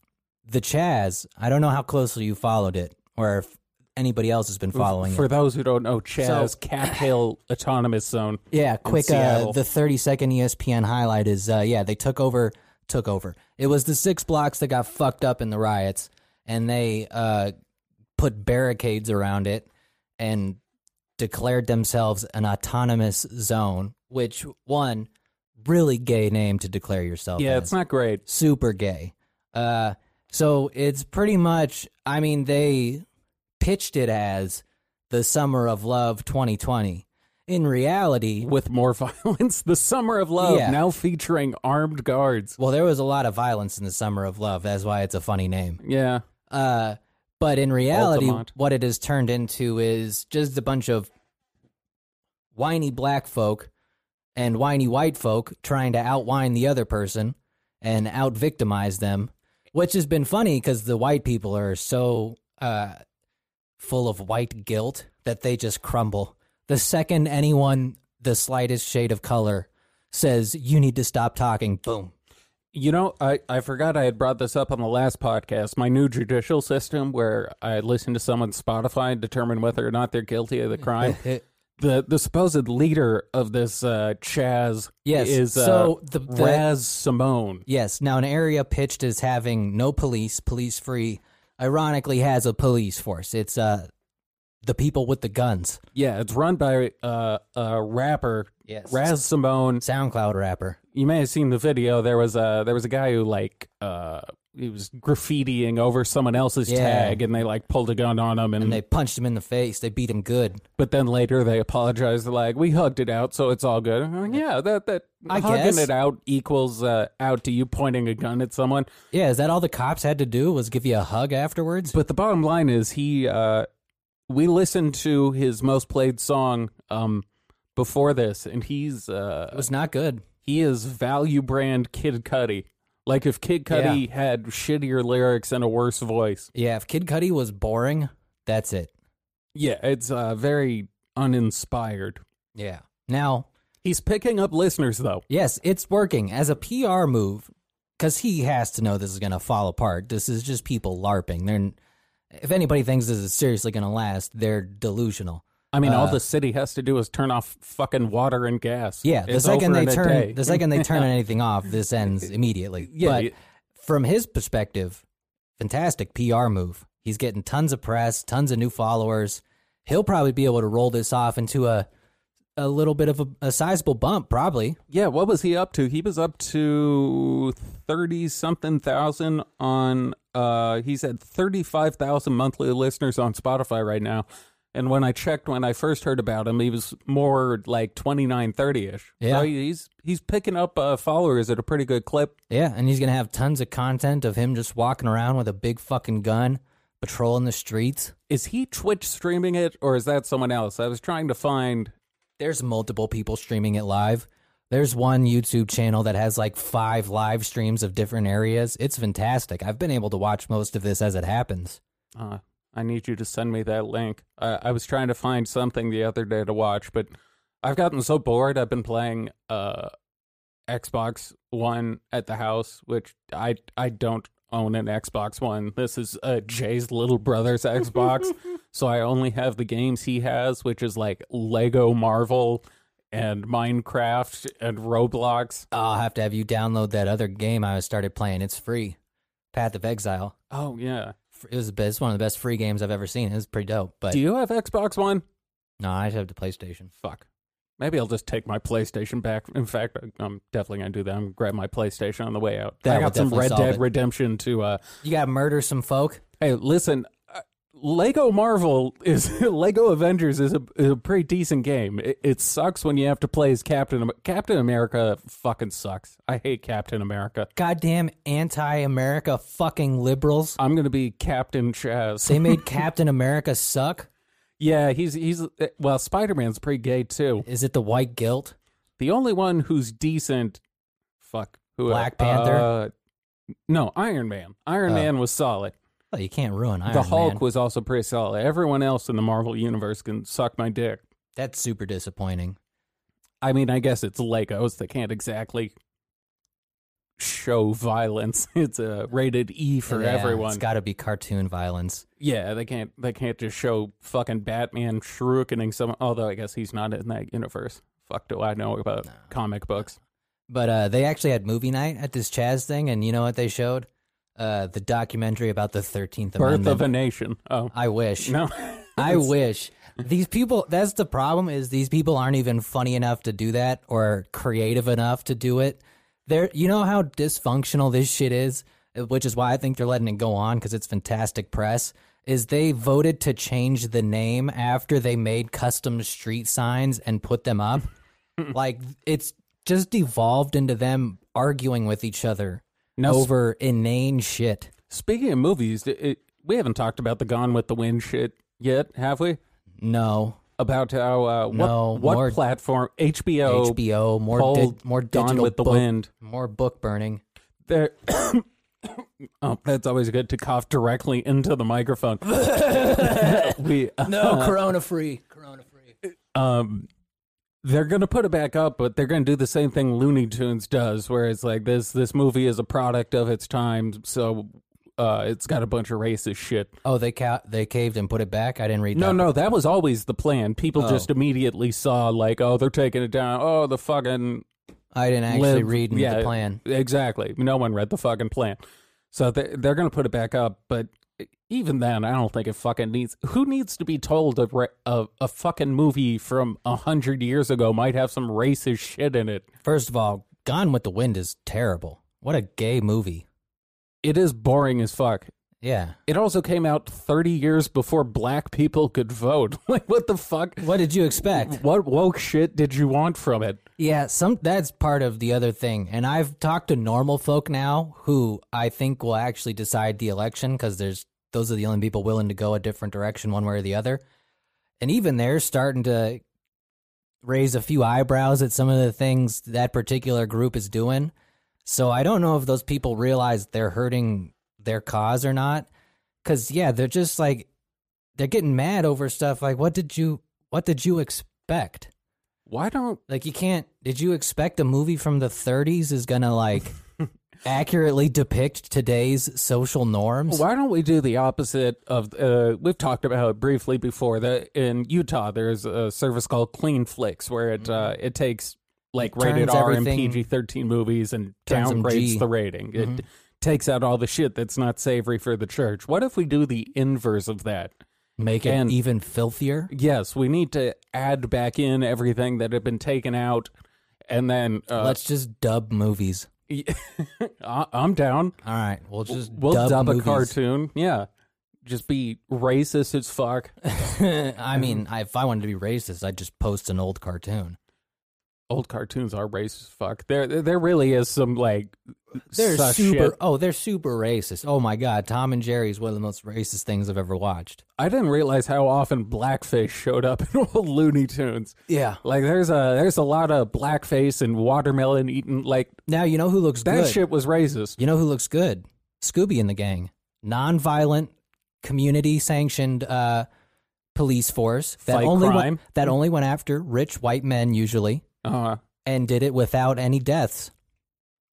Speaker 2: the Chaz, I don't know how closely you followed it or if anybody else has been following
Speaker 3: For
Speaker 2: it.
Speaker 3: those who don't know, Chaz [laughs]
Speaker 2: So-
Speaker 3: Cat Hill Autonomous Zone.
Speaker 2: Yeah, quick uh,
Speaker 3: Seattle.
Speaker 2: the E 30 second ESPN highlight is uh, yeah, they took over took over. It was the six blocks that got fucked up in the riots and they uh, put barricades around it and declared themselves an autonomous zone, which one really gay name to declare yourself
Speaker 3: Yeah,
Speaker 2: as.
Speaker 3: it's not great.
Speaker 2: super gay. Uh, so it's pretty much, I mean, they pitched it as the summer of love 2020. In reality,
Speaker 3: With more [laughs] violence, the Summer of Love
Speaker 2: Yeah.
Speaker 3: now featuring armed guards.
Speaker 2: well, there was a lot of violence in the summer of love. That's why it's a funny name.
Speaker 3: Yeah,
Speaker 2: Uh, but in reality,
Speaker 3: Altamont.
Speaker 2: what it has turned into is just a bunch of whiny black folk and whiny white folk trying to outwine the other person and out victimize them, which has been funny because the white people are so uh, full of white guilt that they just crumble. The second anyone the slightest shade of color says, you need to stop talking, boom.
Speaker 3: you know, I I forgot I had brought this up on the last podcast. My new judicial system, where I listen to someone's Spotify and determine whether or not they're guilty of
Speaker 2: [laughs]
Speaker 3: the crime. the the supposed leader of this uh, Chaz
Speaker 2: Yes,
Speaker 3: is uh,
Speaker 2: so the- the-
Speaker 3: Raz Simone.
Speaker 2: Yes. Now, an area pitched as having no police, police free, ironically has a police force. It's uh, the people with the guns.
Speaker 3: Yeah, it's run by uh, a rapper.
Speaker 2: Yes.
Speaker 3: Raz Simone.
Speaker 2: SoundCloud rapper.
Speaker 3: you may have seen the video. There was a there was a guy who like uh he was graffitiing over someone else's
Speaker 2: Yeah.
Speaker 3: tag, and they like pulled a gun on him, and,
Speaker 2: And they punched him in the face. They beat him good.
Speaker 3: but then later they apologized. They're like, we hugged it out, so it's all good. I'm like, yeah, that that
Speaker 2: I
Speaker 3: hugging
Speaker 2: guess.
Speaker 3: it out equals uh, out to you pointing a gun at someone.
Speaker 2: Yeah. Is that all the cops had to do was give you a hug afterwards?
Speaker 3: But the bottom line is he uh we listened to his most played song um before this, and he's uh
Speaker 2: it was not good.
Speaker 3: he is value brand Kid Cudi. Like if Kid Cudi had shittier lyrics and a worse voice,
Speaker 2: Yeah. If Kid Cudi was boring, that's it.
Speaker 3: yeah, it's uh, very uninspired.
Speaker 2: Yeah. Now,
Speaker 3: He's picking up listeners though.
Speaker 2: Yes, it's working as a PR move because he has to know this is going to fall apart. This is just people LARPing. They're, if anybody thinks this is seriously going to last, they're delusional.
Speaker 3: I mean,
Speaker 2: Uh.
Speaker 3: all the city has to do is turn off fucking water and gas.
Speaker 2: Yeah, the
Speaker 3: It's
Speaker 2: second
Speaker 3: over
Speaker 2: they
Speaker 3: in a day.
Speaker 2: turn the second they
Speaker 3: [laughs]
Speaker 2: turn anything off, this ends immediately.
Speaker 3: Yeah,
Speaker 2: but
Speaker 3: you-
Speaker 2: from his perspective, fantastic PR move. He's getting tons of press, tons of new followers. He'll probably be able to roll this off into a a little bit of a, a sizable bump, probably.
Speaker 3: yeah, what was he up to? He was up to thirty something thousand on. Uh, he's at thirty five thousand monthly listeners on Spotify right now. And when I checked, when I first heard about him, he was more like 29, 30 ish.
Speaker 2: Yeah.
Speaker 3: he's he's picking up uh, followers at a pretty good clip.
Speaker 2: Yeah, and he's gonna have tons of content of him just walking around with a big fucking gun, patrolling the streets.
Speaker 3: Is he Twitch streaming it, or is that someone else? I was trying to find.
Speaker 2: There's multiple people streaming it live. There's one YouTube channel that has like five live streams of different areas. It's fantastic. I've been able to watch most of this as it happens.
Speaker 3: Uh, I need you to send me that link. I, I was trying to find something the other day to watch, but I've gotten so bored. I've been playing uh, Xbox One at the house, which I I don't own an Xbox One. This is uh, Jay's little brother's Xbox, so I only have the games he has, which is like Lego Marvel and Minecraft and Roblox.
Speaker 2: I'll have to have you download that other game I started playing. It's free, Path of Exile.
Speaker 3: Oh yeah.
Speaker 2: It was the best- it's one of the best free games I've ever seen. It was pretty dope. But
Speaker 3: Do you have Xbox One?
Speaker 2: no, I have the PlayStation.
Speaker 3: Fuck. Maybe I'll just take my PlayStation back. In fact, I- I'm definitely gonna do that. I'm gonna grab my PlayStation on the way out.
Speaker 2: That
Speaker 3: I
Speaker 2: would
Speaker 3: got some
Speaker 2: definitely
Speaker 3: Red
Speaker 2: solve
Speaker 3: Dead
Speaker 2: it.
Speaker 3: Redemption to. Uh,
Speaker 2: You got to murder some folk.
Speaker 3: hey, listen, uh, Lego Marvel is [laughs] Lego Avengers is a, is a pretty decent game. It, it sucks when you have to play as Captain Am- Captain America. Fucking sucks. I hate Captain America.
Speaker 2: Goddamn anti-America fucking liberals.
Speaker 3: I'm gonna be Captain Chaz. [laughs]
Speaker 2: They made Captain America suck.
Speaker 3: Yeah, he's he's uh, well. Spider Man's pretty gay too.
Speaker 2: Is it the white guilt?
Speaker 3: The only one who's decent, fuck, who
Speaker 2: Black Panther?
Speaker 3: uh, no, Iron Man. Iron
Speaker 2: Oh.
Speaker 3: Man was solid.
Speaker 2: Oh, you can't ruin Iron
Speaker 3: the Hulk
Speaker 2: Man.
Speaker 3: was also pretty solid. Everyone else in the Marvel universe can suck my dick.
Speaker 2: That's super disappointing.
Speaker 3: I mean, I guess it's Legos. They can't exactly show violence. [laughs] It's a rated E for
Speaker 2: Yeah,
Speaker 3: everyone.
Speaker 2: It's got to be cartoon violence.
Speaker 3: yeah, they can't. They can't just show fucking Batman shurikening someone. Although I guess he's not in that universe. Fuck, do I know about comic books?
Speaker 2: But uh, they actually had movie night at this Chaz thing, and you know what they showed? Uh, the documentary about the Thirteenth
Speaker 3: Birth
Speaker 2: Amendment.
Speaker 3: of a Nation. Oh
Speaker 2: I wish.
Speaker 3: no. [laughs]
Speaker 2: I wish. These people. That's the problem. Is these people aren't even funny enough to do that, or creative enough to do it. They're. You know how dysfunctional this shit is, which is why I think they're letting it go on because it's fantastic press. Is they voted to change the name after they made custom street signs and put them
Speaker 3: [laughs]
Speaker 2: up. like it's just evolved into them arguing with each other
Speaker 3: Now, s-
Speaker 2: over inane shit.
Speaker 3: Speaking of movies, it, it, we haven't talked about the Gone with the Wind shit yet, have we?
Speaker 2: No.
Speaker 3: About how uh, what,
Speaker 2: No,
Speaker 3: what
Speaker 2: more-
Speaker 3: platform HBO,
Speaker 2: HBO more
Speaker 3: pulled
Speaker 2: di- more
Speaker 3: Gone
Speaker 2: digital
Speaker 3: with the
Speaker 2: book-
Speaker 3: Wind?
Speaker 2: more book burning.
Speaker 3: There. [coughs] oh, that's always good to cough directly into
Speaker 2: [laughs]
Speaker 3: the microphone. we
Speaker 2: No, Oh, corona free. Corona free.
Speaker 3: um they're gonna put it back up, but they're gonna do the same thing Looney Tunes does, where it's like this this movie is a product of its time, so uh it's got a bunch of racist shit.
Speaker 2: Oh, they ca- they caved and put it back. I didn't read
Speaker 3: No,
Speaker 2: that.
Speaker 3: no, that was always the plan. People
Speaker 2: Oh.
Speaker 3: just immediately saw like, oh, they're taking it down. Oh, the fucking
Speaker 2: I didn't actually
Speaker 3: lib-
Speaker 2: read
Speaker 3: yeah,
Speaker 2: the plan.
Speaker 3: Exactly. No one read the fucking plan. So they they're going to put it back up, but even then, I don't think it fucking needs. Who needs to be told a re- a, a fucking movie from a hundred years ago might have some racist shit in it?
Speaker 2: First of all, Gone with the Wind is terrible. What a gay movie.
Speaker 3: It is boring as fuck.
Speaker 2: Yeah.
Speaker 3: It also came out thirty years before black people could vote. [laughs] like, what the fuck?
Speaker 2: What did you expect?
Speaker 3: What woke shit did you want from it?
Speaker 2: Yeah, some that's part of the other thing. And I've talked to normal folk now who I think will actually decide the election because there's those are the only people willing to go a different direction one way or the other. And even they're starting to raise a few eyebrows at some of the things that particular group is doing. So I don't know if those people realize they're hurting their cause or not. Cause yeah, they're just like they're getting mad over stuff like what did you what did you expect?
Speaker 3: Why don't
Speaker 2: Like you can't. Did you expect a movie from the 30s is gonna
Speaker 3: [laughs]
Speaker 2: like accurately depict today's social norms?
Speaker 3: Why don't we do the opposite of? Uh, we've talked about it briefly before. That in Utah, there's a service called Clean Flicks, where it uh, it takes like
Speaker 2: It
Speaker 3: rated
Speaker 2: turns
Speaker 3: R and
Speaker 2: everything-
Speaker 3: PG thirteen movies and
Speaker 2: Turns 'em
Speaker 3: downgrades
Speaker 2: G. Mm-hmm.
Speaker 3: the rating. It takes out all the shit that's not savory for the church. What if we do the inverse of that?
Speaker 2: Make it
Speaker 3: And-
Speaker 2: even filthier.
Speaker 3: Yes, we need to add back in everything that had been taken out, and then uh,
Speaker 2: Let's just dub movies.
Speaker 3: [laughs] I- I'm down.
Speaker 2: All right, we'll just
Speaker 3: We'll dub, a
Speaker 2: movies.
Speaker 3: cartoon. Yeah, just be racist as fuck.
Speaker 2: [laughs] I mean, I, if I wanted to be racist, I'd just post an old cartoon.
Speaker 3: old cartoons are racist as fuck. There, there really is some like
Speaker 2: They're
Speaker 3: such
Speaker 2: super.
Speaker 3: shit.
Speaker 2: Oh, they're super racist. Oh my god, Tom and Jerry is one of the most racist things I've ever watched.
Speaker 3: I didn't realize how often blackface showed up [laughs] in old Looney Tunes.
Speaker 2: Yeah.
Speaker 3: Like there's a there's a lot of blackface and watermelon eating. Like
Speaker 2: Now you know who looks
Speaker 3: that
Speaker 2: good.
Speaker 3: shit was racist.
Speaker 2: You know who looks good? Scooby and the gang. Nonviolent, community sanctioned uh, police force that
Speaker 3: Fight
Speaker 2: only went-
Speaker 3: crime.
Speaker 2: that only went after rich white men usually
Speaker 3: Uh,
Speaker 2: and did it without any deaths.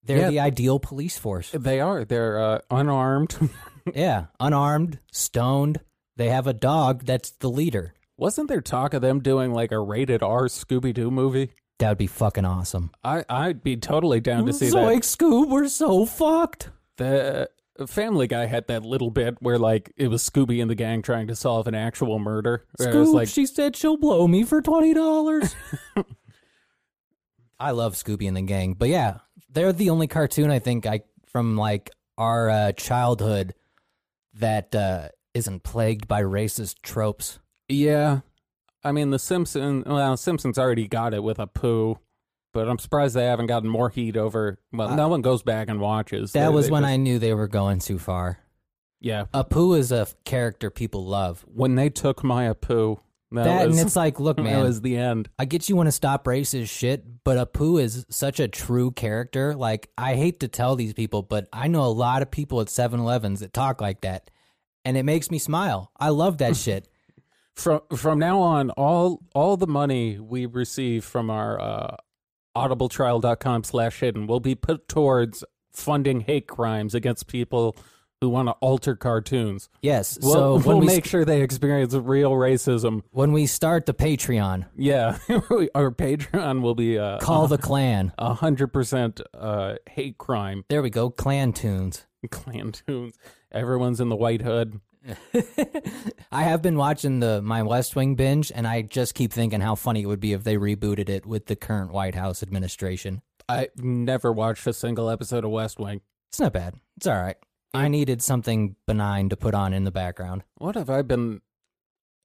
Speaker 2: They're
Speaker 3: Yeah.
Speaker 2: the ideal police
Speaker 3: [laughs]
Speaker 2: force.
Speaker 3: they are. They're uh, unarmed. [laughs]
Speaker 2: yeah, unarmed, stoned. They have a dog that's the leader.
Speaker 3: Wasn't there talk of them doing like a rated R Scooby Doo movie?
Speaker 2: That would be fucking awesome.
Speaker 3: I I'd be totally down to see
Speaker 2: Zoink Scoob, we're so fucked.
Speaker 3: that. The Family Guy had that little bit where like it was Scooby and the gang trying to solve an actual murder. Where it was
Speaker 2: Scoob,
Speaker 3: like
Speaker 2: she said she'll blow me for twenty
Speaker 3: [laughs]
Speaker 2: dollars. I love Scooby and the Gang, but yeah, they're the only cartoon I think I from like our uh, childhood that uh, isn't plagued by racist tropes.
Speaker 3: Yeah. I mean, The Simpsons, well, Simpsons already got it with a poo, but I'm surprised they haven't gotten more heat over. Well, no one goes back and watches.
Speaker 2: Uh, That
Speaker 3: They-
Speaker 2: was
Speaker 3: they
Speaker 2: when
Speaker 3: just-
Speaker 2: I knew they were going too far.
Speaker 3: Yeah.
Speaker 2: Apu is a f- character people love.
Speaker 3: When they took my poo, that,
Speaker 2: That,
Speaker 3: was,
Speaker 2: and it's like, look,
Speaker 3: [laughs] that
Speaker 2: man,
Speaker 3: was the end.
Speaker 2: I get you want to stop racist shit, but Apu is such a true character. Like, I hate to tell these people, but I know a lot of people at 7 Elevens that talk like that, and it makes me smile. I love
Speaker 3: [laughs]
Speaker 2: that shit.
Speaker 3: From from now on, all all the money we receive from our uh, audibletrial.com slash hidden will be put towards funding hate crimes against people who want to alter cartoons.
Speaker 2: Yes.
Speaker 3: We'll,
Speaker 2: so when,
Speaker 3: we'll
Speaker 2: we,
Speaker 3: make sure they experience real racism
Speaker 2: when we start the Patreon,
Speaker 3: Yeah, [laughs] our Patreon will be uh,
Speaker 2: call
Speaker 3: [laughs]
Speaker 2: the clan.
Speaker 3: a hundred percent uh, hate crime [laughs]
Speaker 2: There we go. Clan tunes. [laughs]
Speaker 3: clan tunes. Everyone's in the white hood.
Speaker 2: I have been watching the my West Wing binge, and I just keep thinking how funny it would be if they rebooted it with the current White House administration.
Speaker 3: I've never watched a single episode of West Wing.
Speaker 2: It's not bad. It's all right. I needed something benign to put on in the background.
Speaker 3: What have I been?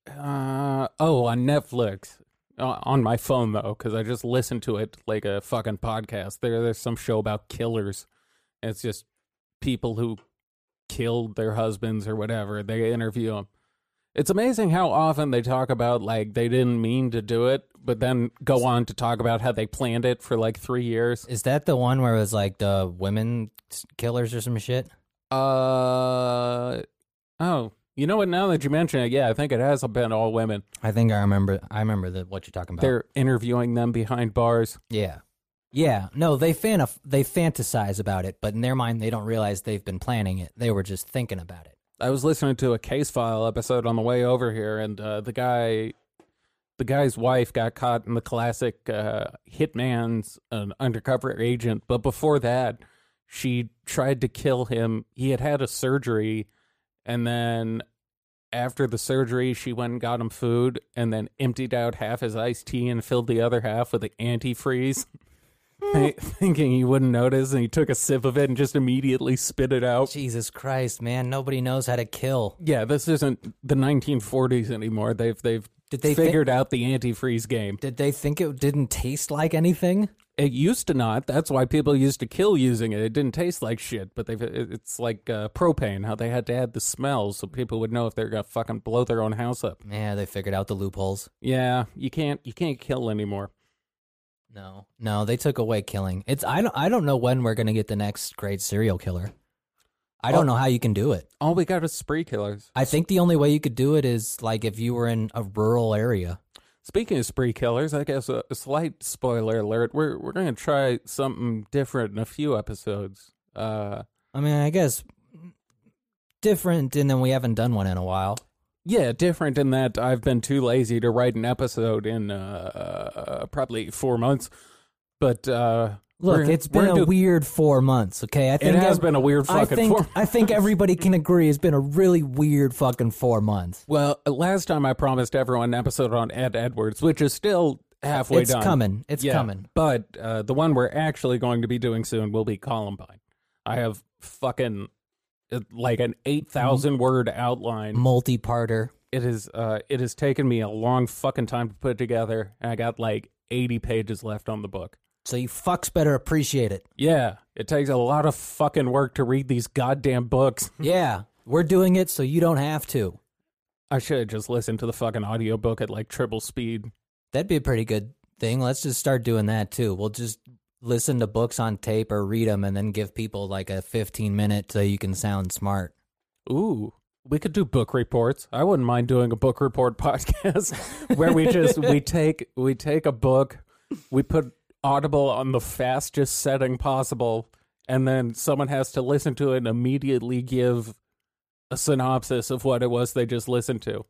Speaker 3: Uh, oh, on Netflix. Uh, on my phone though, because I just listened to it like a fucking podcast. There, there's some show about killers. It's just people who killed their husbands or whatever. They interview them. It's amazing how often they talk about like they didn't mean to do it, but then go on to talk about how they planned it for like three years.
Speaker 2: Is that the one where it was like the women s- killers or some shit?
Speaker 3: Uh, oh, you know what? Now that you mention it, yeah, I think it has been all women.
Speaker 2: I think I remember. I remember the, what you're talking about.
Speaker 3: They're interviewing them behind bars.
Speaker 2: yeah, yeah. No, they fan they fantasize about it, but in their mind, they don't realize they've been planning it. They were just thinking about it.
Speaker 3: I was listening to a case file episode on the way over here, and uh, the guy, the guy's wife got caught in the classic uh, hitman's an undercover agent. But before that, she tried to kill him. He had had a surgery, and then after the surgery, she went and got him food, and then emptied out half his iced tea and filled the other half with the antifreeze. [laughs] thi- Thinking he wouldn't notice, and he took a sip of it and just immediately spit it out.
Speaker 2: Jesus Christ, man! Nobody knows how to kill.
Speaker 3: Yeah, this isn't the 1940s anymore. They've they've
Speaker 2: Did they thi-
Speaker 3: figured out the antifreeze game.
Speaker 2: Did they think it didn't taste like anything?
Speaker 3: It used to not. That's why people used to kill using it. It didn't taste like shit. But they've it- it's like uh, propane. How they had to add the smell so people would know if they're gonna fucking blow their own house up.
Speaker 2: Yeah, they figured out the loopholes.
Speaker 3: Yeah, you can't you can't kill anymore.
Speaker 2: No, no, they took away killing. It's I don't I don't know when we're gonna get the next great serial killer. I don't
Speaker 3: Oh.
Speaker 2: know how you can do it.
Speaker 3: All we got is spree killers.
Speaker 2: I think the only way you could do it is like if you were in a rural area.
Speaker 3: Speaking of spree killers, I guess a, a slight spoiler alert. We're we're gonna try something different in a few episodes. Uh,
Speaker 2: I mean, I guess different, and then we haven't done one in a while.
Speaker 3: Yeah, different in that I've been too lazy to write an episode in uh, probably four months. But uh,
Speaker 2: Look,
Speaker 3: we're-
Speaker 2: it's
Speaker 3: we're
Speaker 2: been a
Speaker 3: do-
Speaker 2: weird four months. Okay, I
Speaker 3: It
Speaker 2: think
Speaker 3: has
Speaker 2: ev-
Speaker 3: been a
Speaker 2: [laughs]
Speaker 3: weird
Speaker 2: I
Speaker 3: fucking
Speaker 2: think
Speaker 3: four. [laughs]
Speaker 2: I think everybody can agree it's been a really weird fucking four months.
Speaker 3: Well, last time I promised everyone an episode on Ed Edwards, which is still halfway
Speaker 2: it's
Speaker 3: done.
Speaker 2: coming. It's
Speaker 3: Yeah,
Speaker 2: coming.
Speaker 3: But uh, the one we're actually going to be doing soon will be Columbine. I have fucking uh, like an eight thousand
Speaker 2: Mm-hmm.
Speaker 3: word outline.
Speaker 2: Multi-parter.
Speaker 3: it is uh it has taken me a long fucking time to put together and i got like 80 pages left on the book
Speaker 2: So you fucks better appreciate it.
Speaker 3: Yeah, it takes a lot of fucking work to read these goddamn books.
Speaker 2: Yeah, we're doing it so you don't have to.
Speaker 3: I should have just listened to the fucking audiobook at like triple speed.
Speaker 2: That'd be a pretty good thing. Let's just start doing that too. We'll just listen to books on tape or read them and then give people like a 15 minute so you can sound smart.
Speaker 3: Ooh, we could do book reports. I wouldn't mind doing a book report [laughs] podcast where we just we take we take a book, we put Audible on the fastest setting possible, and then someone has to listen to it and immediately give a synopsis of what it was they just listened to.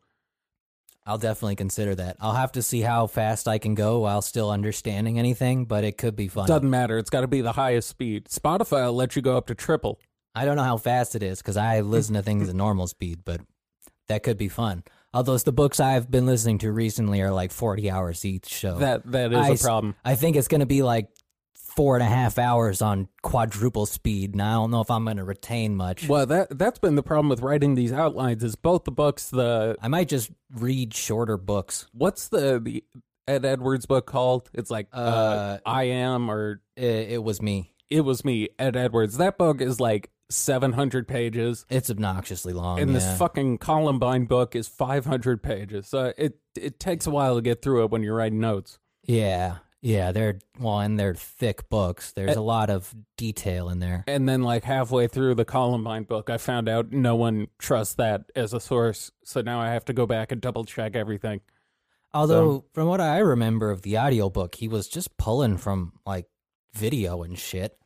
Speaker 2: I'll definitely consider that. I'll have to see how fast I can go while still understanding anything, but it could be fun.
Speaker 3: Doesn't matter. It's got to be the highest speed. Spotify will let you go up to triple.
Speaker 2: I don't know how fast it is because I listen to things at normal speed, but that could be fun. Although it's the books I've been listening to recently are like 40 hours each, so
Speaker 3: That that is
Speaker 2: Oh. I
Speaker 3: a
Speaker 2: s-
Speaker 3: problem.
Speaker 2: I think it's going to be like four and a half hours on quadruple speed, and I don't know if I'm going to retain much.
Speaker 3: Well, that that's been the problem with writing these outlines is both the books the
Speaker 2: I might just read shorter books.
Speaker 3: what's the the Ed Edwards book called? It's like uh,
Speaker 2: Uh,
Speaker 3: I am or
Speaker 2: I- It, was me.
Speaker 3: it was me Ed Edwards. That book is like 700 pages
Speaker 2: It's obnoxiously long.
Speaker 3: and
Speaker 2: Oh, yeah.
Speaker 3: this fucking Columbine book is 500 pages. So it it takes a while to get through it when you're writing notes.
Speaker 2: yeah, yeah. They're well, and they're thick books. There's a lot of detail in there.
Speaker 3: And then like halfway through the Columbine book, I found out no one trusts that as a source. So now I have to go back and double check everything.
Speaker 2: Although, from what I remember of the audiobook, he was just pulling from like video and shit.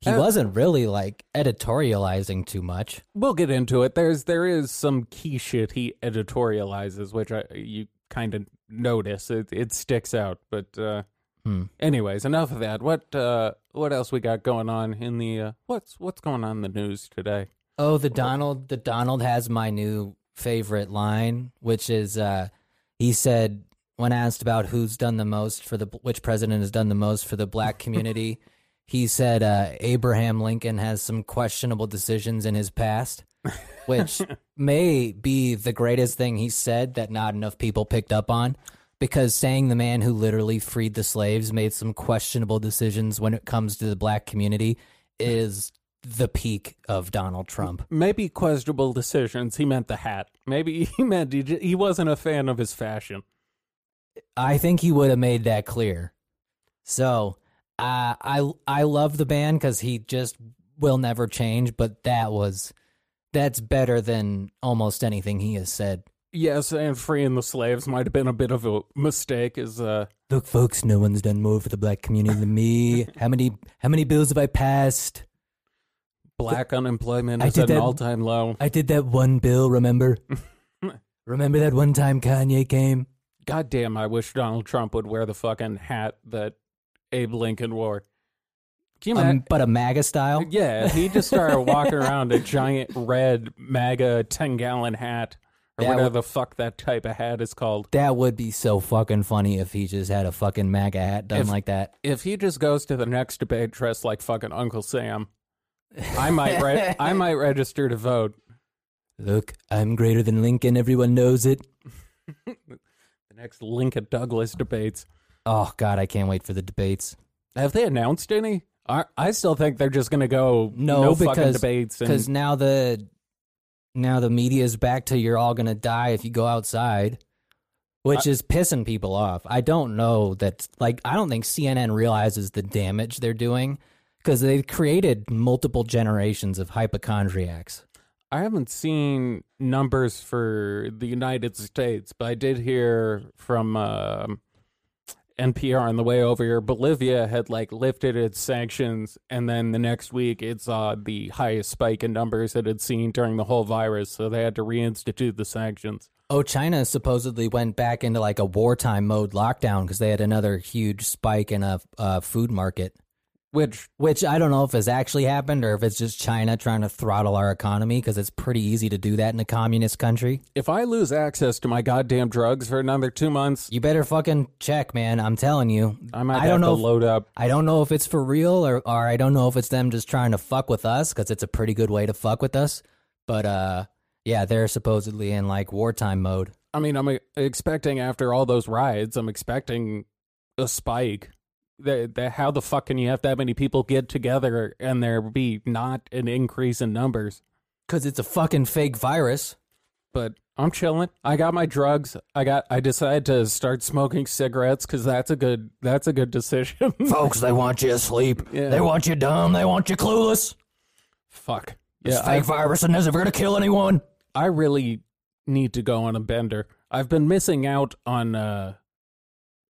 Speaker 2: He
Speaker 3: Uh,
Speaker 2: wasn't really like editorializing too much.
Speaker 3: We'll get into it. There's there is some key shit he editorializes, which I you kind of notice. It it sticks out. But uh,
Speaker 2: Hmm.
Speaker 3: anyways, enough of that. What uh, what else we got going on in the uh, what's what's going on in the news today?
Speaker 2: Oh, the Donald, the Donald has my new favorite line, which is uh, he said when asked about who's done the most for the which president has done the most for the black community, he said uh, Abraham Lincoln has some questionable decisions in his past, which may be the greatest thing he said that not enough people picked up on. Because saying the man who literally freed the slaves made some questionable decisions when it comes to the black community is the peak of Donald Trump.
Speaker 3: Maybe questionable decisions. He meant the hat. Maybe [laughs] he meant he, j- he wasn't a fan of his fashion.
Speaker 2: I think he would have made that clear. So uh, I I love the band because he just will never change. But that was that's better than almost anything he has said.
Speaker 3: Yes, and freeing the slaves might have been a bit of a mistake. Is uh,
Speaker 2: Look, folks, no one's done more for the black community than
Speaker 3: [laughs]
Speaker 2: me. How many how many bills have I passed?
Speaker 3: black unemployment
Speaker 2: I
Speaker 3: is
Speaker 2: did
Speaker 3: at an
Speaker 2: that-
Speaker 3: all time low.
Speaker 2: I did that one bill.
Speaker 3: [laughs]
Speaker 2: Remember? remember that one time Kanye came?
Speaker 3: God damn, I wish Donald Trump would wear the fucking hat that Abe Lincoln wore. Can you
Speaker 2: Um,
Speaker 3: imagine?
Speaker 2: but a MAGA style.
Speaker 3: yeah, if he just started walking around a giant red MAGA 10 gallon hat or
Speaker 2: That
Speaker 3: whatever
Speaker 2: would-
Speaker 3: the fuck that type of hat is called.
Speaker 2: That would be so fucking funny if he just had a fucking MAGA hat done
Speaker 3: If-
Speaker 2: like that.
Speaker 3: If he just goes to the next debate dressed like fucking Uncle Sam, I might re-
Speaker 2: [laughs]
Speaker 3: I might register to vote.
Speaker 2: Look, I'm greater than Lincoln. Everyone knows it.
Speaker 3: The next Lincoln Douglas debates.
Speaker 2: Oh God, I can't wait for the debates.
Speaker 3: Have they announced any? I, I still think they're just going to go
Speaker 2: No,
Speaker 3: fucking
Speaker 2: because-
Speaker 3: debates
Speaker 2: Because
Speaker 3: and
Speaker 2: now the now the media is back to you're all gonna die if you go outside, which is pissing people off. I don't know that. Like, I don't think CNN realizes the damage they're doing because they've created multiple generations of hypochondriacs.
Speaker 3: I haven't seen numbers for the United States, but I did hear from um NPR on the way over here. Bolivia had like lifted its sanctions, and then the next week it saw the highest spike in numbers it had seen during the whole virus. So they had to reinstitute the sanctions.
Speaker 2: Oh, China supposedly went back into like a wartime mode lockdown because they had another huge spike in a, a food market.
Speaker 3: Which
Speaker 2: which I don't know if has actually happened or if it's just China trying to throttle our economy because it's pretty easy to do that in a communist country.
Speaker 3: if I lose access to my goddamn drugs for another two months,
Speaker 2: You better fucking check, man. I'm telling you.
Speaker 3: I might
Speaker 2: I
Speaker 3: have
Speaker 2: don't know
Speaker 3: to
Speaker 2: if-
Speaker 3: load up.
Speaker 2: I don't know if it's for real or, or I don't know if it's them just trying to fuck with us because it's a pretty good way to fuck with us. But uh, yeah, they're supposedly in like wartime mode.
Speaker 3: I mean, I'm uh, expecting after all those riots, I'm expecting a spike. the, the, how the fuck can you have that many people get together and there be not an increase in numbers?
Speaker 2: because it's a fucking fake virus.
Speaker 3: But I'm chilling. I got my drugs. I got. I decided to start smoking cigarettes because that's a good. That's a good decision. [laughs]
Speaker 2: Folks, they want you asleep.
Speaker 3: Yeah.
Speaker 2: They want you dumb. They want you clueless.
Speaker 3: fuck.
Speaker 2: It's
Speaker 3: Yeah,
Speaker 2: fake virus and never going to kill anyone.
Speaker 3: I really need to go on a bender. I've been missing out on uh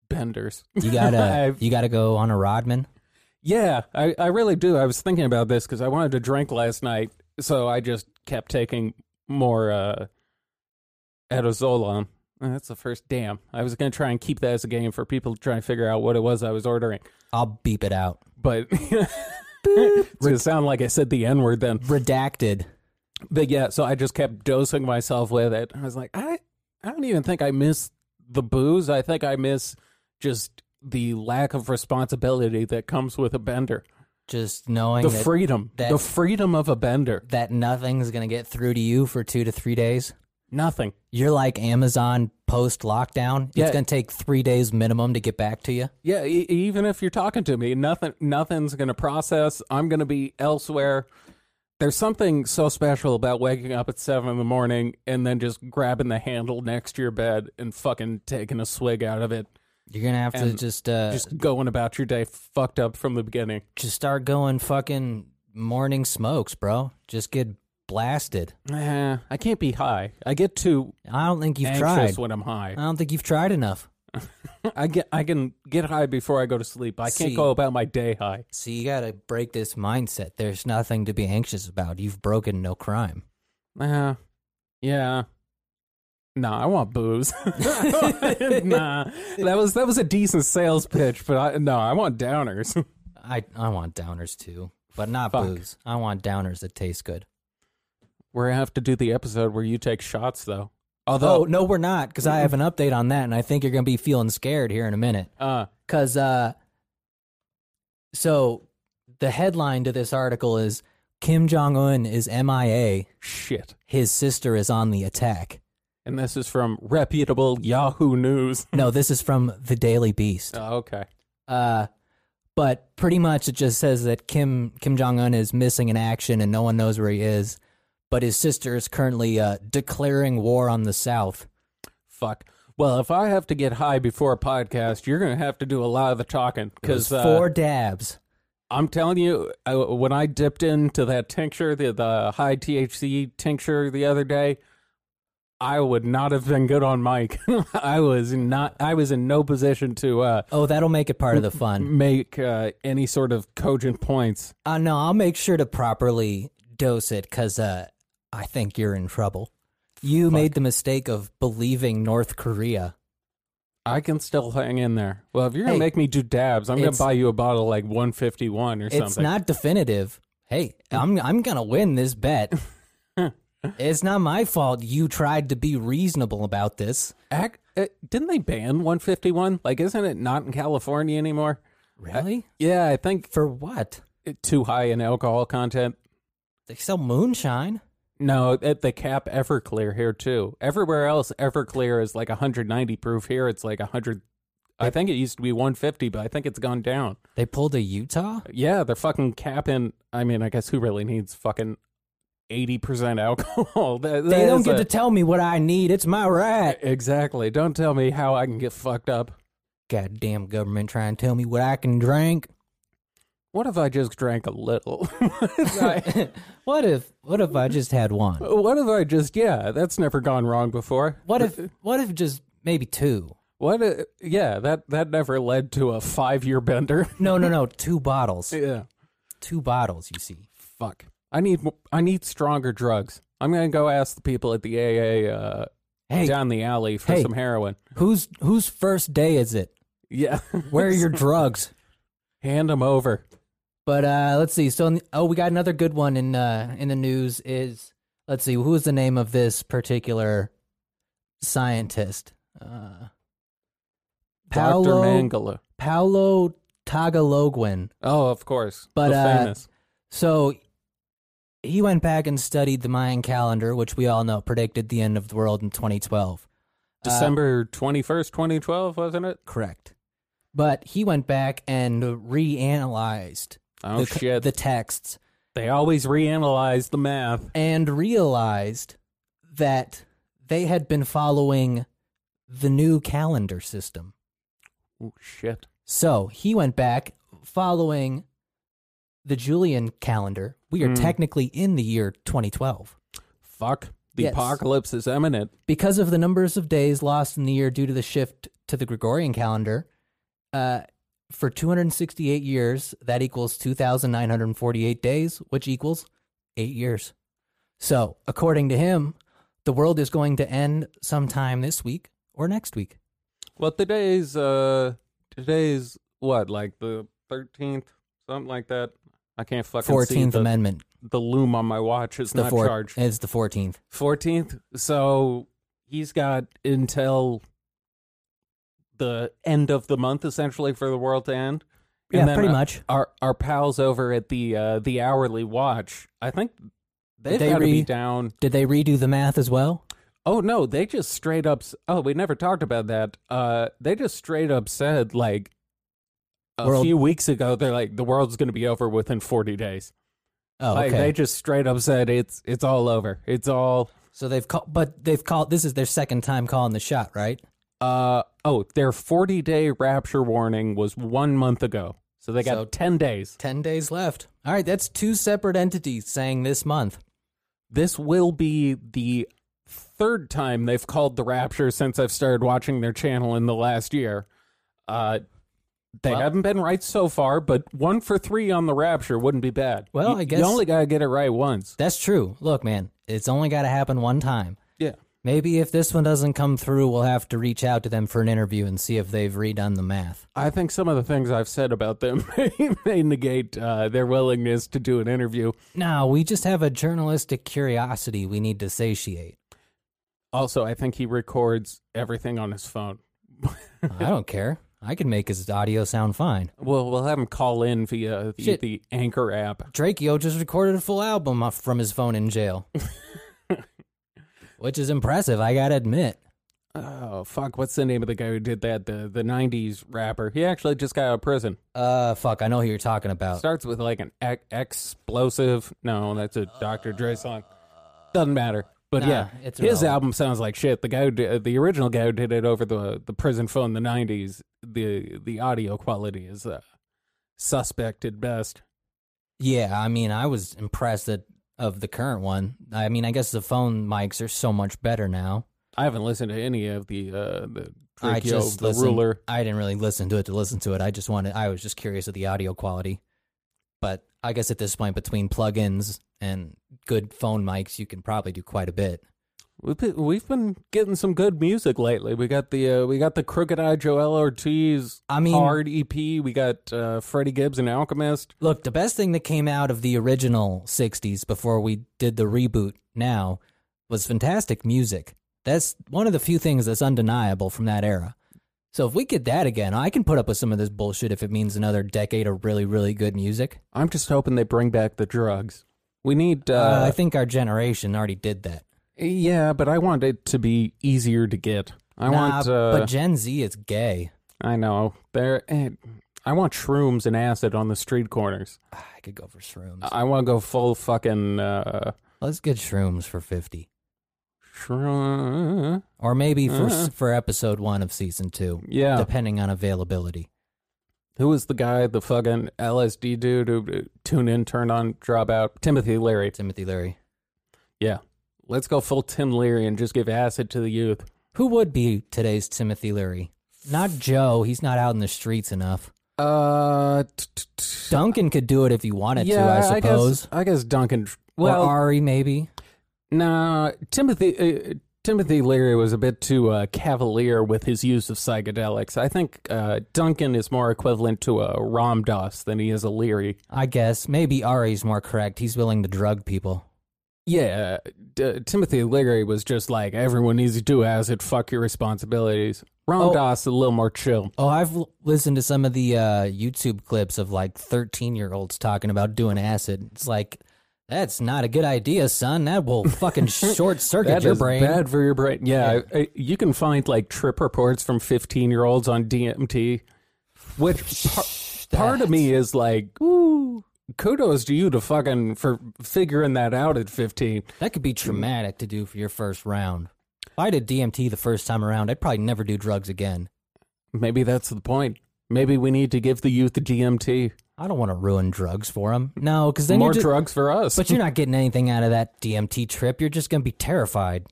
Speaker 3: benders.
Speaker 2: You [laughs] gotta,
Speaker 3: I've-
Speaker 2: you gotta go on a Rodman.
Speaker 3: yeah, I, I really do. I was thinking about this because I wanted to drink last night, so I just kept taking more uh Etazolam. And That's the first damn. I was gonna try and keep that as a game for people to try and figure out what it was I was ordering.
Speaker 2: I'll beep it out.
Speaker 3: But [laughs] it's gonna sound like I said the N word then.
Speaker 2: Redacted.
Speaker 3: But yeah, so I just kept dosing myself with it. I was like, I, I don't even think I miss the booze. I think I miss just the lack of responsibility that comes with a bender,
Speaker 2: Just knowing
Speaker 3: the
Speaker 2: that,
Speaker 3: freedom,
Speaker 2: that-
Speaker 3: the freedom of a bender.
Speaker 2: that nothing's gonna get through to you for two to three days.
Speaker 3: Nothing.
Speaker 2: You're like Amazon post lockdown.
Speaker 3: Yeah.
Speaker 2: It's gonna take three days minimum to get back to you.
Speaker 3: Yeah, e- even if you're talking to me, nothing, nothing's gonna process. I'm gonna be elsewhere. There's something so special about waking up at seven in the morning and then just grabbing the handle next to your bed and fucking taking a swig out of it.
Speaker 2: You're gonna have to
Speaker 3: And
Speaker 2: just, uh, just
Speaker 3: just going about your day fucked up from the beginning.
Speaker 2: start going fucking morning smokes, bro. Just get blasted.
Speaker 3: Nah, I can't be high. I get too
Speaker 2: I don't think you've
Speaker 3: anxious
Speaker 2: tried.
Speaker 3: when I'm high.
Speaker 2: I don't think you've tried enough.
Speaker 3: I get I can get high before I go to sleep. I can't
Speaker 2: See.
Speaker 3: go about my day high.
Speaker 2: So you got to break this mindset. There's nothing to be anxious about. You've broken no crime.
Speaker 3: Nah, Uh, yeah. Nah, I want booze. [laughs] nah, that was that was a decent sales pitch, but I no, I want downers. [laughs]
Speaker 2: I I want downers too, but not
Speaker 3: Fuck.
Speaker 2: booze. I want downers that taste good.
Speaker 3: We're gonna have to do the episode where you take shots, though.
Speaker 2: Oh,
Speaker 3: Although,
Speaker 2: no, we're not because I have an update on that, and I think you're gonna be feeling scared here in a minute.
Speaker 3: uh,
Speaker 2: Cause uh, so the headline to this article is Kim Jong Un is MIA.
Speaker 3: shit.
Speaker 2: His sister is on the attack.
Speaker 3: And this is from reputable Yahoo News.
Speaker 2: No, this is from the Daily Beast.
Speaker 3: Oh, okay.
Speaker 2: Uh, but pretty much it just says that Kim Kim Jong Un is missing in action and no one knows where he is. But his sister is currently uh, declaring war on the South.
Speaker 3: Fuck. Well, if I have to get high before a podcast, you're going to have to do a lot of the talking because
Speaker 2: Because
Speaker 3: uh,
Speaker 2: four dabs.
Speaker 3: I'm telling you, I, when I dipped into that tincture, the, the high THC tincture the other day, I would not have been good on mic. [laughs] I was not. I was in no position to uh,
Speaker 2: Oh, that'll make it part of the fun.
Speaker 3: make uh, any sort of cogent points.
Speaker 2: Uh, no, I'll make sure to properly dose it because uh, I think you're in trouble. You made the mistake of believing North Korea.
Speaker 3: I can still hang in there. Well, if you're gonna
Speaker 2: Hey,
Speaker 3: make me do dabs, I'm gonna
Speaker 2: it's-
Speaker 3: buy you a bottle like 151 or
Speaker 2: It's
Speaker 3: something.
Speaker 2: not definitive. Hey, I'm I'm gonna win this
Speaker 3: [laughs]
Speaker 2: bet. it's not my fault. You tried to be reasonable about this.
Speaker 3: Ac- uh, didn't they ban 151? Like, isn't it not in California anymore?
Speaker 2: Really?
Speaker 3: Yeah, I think
Speaker 2: For what?
Speaker 3: it- too high in alcohol content.
Speaker 2: They sell moonshine?
Speaker 3: No, at the cap Everclear here too. Everywhere else, Everclear is like 190 proof. Here, it's like 100. I think it used to be 150, but I think it's gone down.
Speaker 2: They pulled a Utah?
Speaker 3: Yeah, they're fucking capping. I mean, I guess who really needs fucking 80% alcohol? [laughs] That- that
Speaker 2: They don't
Speaker 3: is
Speaker 2: get
Speaker 3: a-
Speaker 2: to tell me what I need. It's my right.
Speaker 3: Exactly. Don't tell me how I can get fucked up.
Speaker 2: Goddamn government trying to tell me what I can drink.
Speaker 3: What if I just drank a little? [laughs] I-
Speaker 2: [laughs] What if what if I just had one?
Speaker 3: What if I just yeah? That's never gone wrong before.
Speaker 2: What if what if just maybe two?
Speaker 3: What? i- yeah, that that never led to a five year bender. [laughs]
Speaker 2: No, no, no, two bottles.
Speaker 3: yeah.
Speaker 2: Two bottles, you see.
Speaker 3: Fuck. I need mo- I need stronger drugs. I'm gonna go ask the people at the AA uh,
Speaker 2: Hey.
Speaker 3: down the alley for
Speaker 2: Hey.
Speaker 3: some heroin.
Speaker 2: Whose whose first day is it?
Speaker 3: Yeah.
Speaker 2: Where are your drugs?
Speaker 3: [laughs] Hand them over.
Speaker 2: But uh, let's see. So, oh, we got another good one in uh, in the news. Is let's see, who is the name of this particular scientist? Uh,
Speaker 3: Dr.
Speaker 2: Paolo
Speaker 3: Mangala.
Speaker 2: Paolo Tagaloguin.
Speaker 3: Oh, of course.
Speaker 2: But,
Speaker 3: the
Speaker 2: uh,
Speaker 3: famous.
Speaker 2: So he went back and studied the Mayan calendar, which we all know predicted the end of the world in 2012.
Speaker 3: December twenty first, twenty twelve, wasn't it?
Speaker 2: Correct. But he went back and reanalyzed the,
Speaker 3: Oh shit!
Speaker 2: the texts
Speaker 3: they always reanalyze the math.
Speaker 2: and realized that they had been following the new calendar system.
Speaker 3: Oh shit!
Speaker 2: So he went back following the Julian calendar. We are
Speaker 3: Mm.
Speaker 2: technically in the year 2012.
Speaker 3: Fuck! The
Speaker 2: Yes.
Speaker 3: apocalypse is imminent.
Speaker 2: Because of the numbers of days lost in the year due to the shift to the Gregorian calendar, uh, for 268 years, that equals 2,948 days, which equals eight years. So, according to him, the world is going to end sometime this week or next week.
Speaker 3: Well, today's uh, today's what? Like the thirteenth, something like that. I can't fucking see
Speaker 2: 14th
Speaker 3: the,
Speaker 2: Amendment.
Speaker 3: the loom on my watch is
Speaker 2: The
Speaker 3: not
Speaker 2: four-
Speaker 3: charged.
Speaker 2: It's the 14th.
Speaker 3: Fourteenth. So he's got until the end of the month, essentially, for the world to end. And
Speaker 2: yeah,
Speaker 3: then,
Speaker 2: pretty
Speaker 3: uh,
Speaker 2: much.
Speaker 3: Our our pals over at the uh, the hourly watch, I think they've
Speaker 2: They
Speaker 3: got to
Speaker 2: re-
Speaker 3: be down.
Speaker 2: Did they redo the math as well?
Speaker 3: Oh no, they just straight up. s- Oh, we never talked about that. Uh, they just straight up said like a
Speaker 2: World-
Speaker 3: few weeks ago. They're like the world's going to be over within forty days.
Speaker 2: Oh,
Speaker 3: Like
Speaker 2: okay.
Speaker 3: they just straight up said it's it's all over. It's all.
Speaker 2: so they've called, but they've called. This is their second time calling the shot, right?
Speaker 3: Uh oh, their forty day rapture warning was one month ago, so they got
Speaker 2: So-
Speaker 3: ten days.
Speaker 2: Ten days left. All right, that's two separate entities saying this month.
Speaker 3: This will be the third time they've called the rapture since I've started watching their channel in the last year. Uh, they
Speaker 2: Well-
Speaker 3: haven't been right so far, but one for three on the rapture wouldn't be bad.
Speaker 2: Well,
Speaker 3: You-
Speaker 2: I guess-
Speaker 3: you only gotta get it right once.
Speaker 2: That's true. Look, man, it's only got to happen one time.
Speaker 3: Yeah,
Speaker 2: Maybe if this one doesn't come through, we'll have to reach out to them for an interview and see if they've redone the math.
Speaker 3: I think some of the things I've said about them [laughs] may, may negate uh, their willingness to do an interview.
Speaker 2: No, we just have a journalistic curiosity we need to satiate.
Speaker 3: Also, I think he records everything on his phone.
Speaker 2: I don't care. I can make his audio sound fine.
Speaker 3: Well, we'll have him call in via the,
Speaker 2: Shit.
Speaker 3: the Anchor app.
Speaker 2: Drakeo just recorded a full album off- from his phone in
Speaker 3: [laughs]
Speaker 2: jail, which is impressive. I gotta admit.
Speaker 3: Oh fuck! What's the name of the guy who did that? The the '90s rapper. He actually just got out of prison.
Speaker 2: Uh, fuck, I know who you're talking about.
Speaker 3: Starts with like an e- explosive. No, that's a Dr. Dre song. Doesn't matter. But
Speaker 2: Nah,
Speaker 3: yeah,
Speaker 2: it's
Speaker 3: his
Speaker 2: irrelevant.
Speaker 3: album sounds like shit. The guy, who did, the original guy who did it over the the prison phone in the '90s. The the audio quality is uh, suspect at best.
Speaker 2: Yeah, I mean, I was impressed that of the current one. I mean, I guess the phone mics are so much better now.
Speaker 3: I haven't listened to any of the uh, the
Speaker 2: I
Speaker 3: Dracchio,
Speaker 2: just
Speaker 3: the
Speaker 2: listened-
Speaker 3: ruler.
Speaker 2: I didn't really listen to it to listen to it. I just wanted. I was just curious of the audio quality. But I guess at this point, between plugins and good phone mics, you can probably do quite a bit.
Speaker 3: We've been, we've been getting some good music lately. We got the uh, we got the Crooked Eye Joel Ortiz
Speaker 2: I mean-
Speaker 3: hard EP. We got uh, Freddie Gibbs and Alchemist.
Speaker 2: Look, the best thing that came out of the original 60s before we did the reboot now was fantastic music. That's one of the few things that's undeniable from that era. So if we get that again, I can put up with some of this bullshit if it means another decade of really, really good music.
Speaker 3: I'm just hoping they bring back the drugs. We need uh,
Speaker 2: Uh, I think our generation already did that.
Speaker 3: yeah, but I want it to be easier to get. I
Speaker 2: nah,
Speaker 3: want uh,
Speaker 2: but Gen Z is gay.
Speaker 3: I know there. eh, I want shrooms and acid on the street corners.
Speaker 2: Ah, I could go for shrooms.
Speaker 3: I want to go full fucking uh,
Speaker 2: Let's get shrooms for 50.
Speaker 3: shroom.
Speaker 2: Or maybe for, s
Speaker 3: Uh.
Speaker 2: for episode one of season two,
Speaker 3: Yeah,
Speaker 2: depending on availability.
Speaker 3: Who was the guy, the fucking LSD dude who uh, tune in, turn on, drop out? Timothy Leary.
Speaker 2: Timothy Leary.
Speaker 3: Yeah. Let's go full Tim Leary and just give acid to the youth.
Speaker 2: Who would be today's Timothy Leary? Not Joe. He's not out in the streets enough.
Speaker 3: Uh, t- t- t-
Speaker 2: Duncan could do it if he wanted to, I
Speaker 3: yeah, I
Speaker 2: suppose.
Speaker 3: guess. I guess Duncan.
Speaker 2: well,
Speaker 3: Well,
Speaker 2: Ari, maybe.
Speaker 3: nah. Timothy. Uh, Timothy Leary was a bit too uh, cavalier with his use of psychedelics. I think uh, Duncan is more equivalent to a Ram Dass than he is a Leary.
Speaker 2: I guess. Maybe Ari's more correct. He's willing to drug people.
Speaker 3: Yeah, uh, d- Timothy Leary was just like everyone needs to do acid. Fuck your responsibilities. Ram
Speaker 2: Oh.
Speaker 3: Dass a little more chill.
Speaker 2: Oh, I've l- listened to some of the uh, YouTube clips of like 13 year olds talking about doing acid. It's like, that's not a good idea, son. That
Speaker 3: [laughs]
Speaker 2: will fucking short circuit
Speaker 3: That
Speaker 2: your
Speaker 3: is
Speaker 2: brain.
Speaker 3: bad for your brain. Yeah, I- I- you can find like trip reports from fifteen year olds on DMT.
Speaker 2: [laughs]
Speaker 3: Which par- part of me is like, ooh, kudos to you to fucking for figuring that out at 15.
Speaker 2: That could be traumatic to do for your first round. If I did DMT the first time around, I'd probably never do drugs again.
Speaker 3: Maybe that's the point. Maybe we need to give the youth the DMT.
Speaker 2: I don't want to ruin drugs for them. No, because then
Speaker 3: More
Speaker 2: you're ju-
Speaker 3: drugs for us.
Speaker 2: but you're not getting anything out of that DMT trip. You're just gonna be terrified.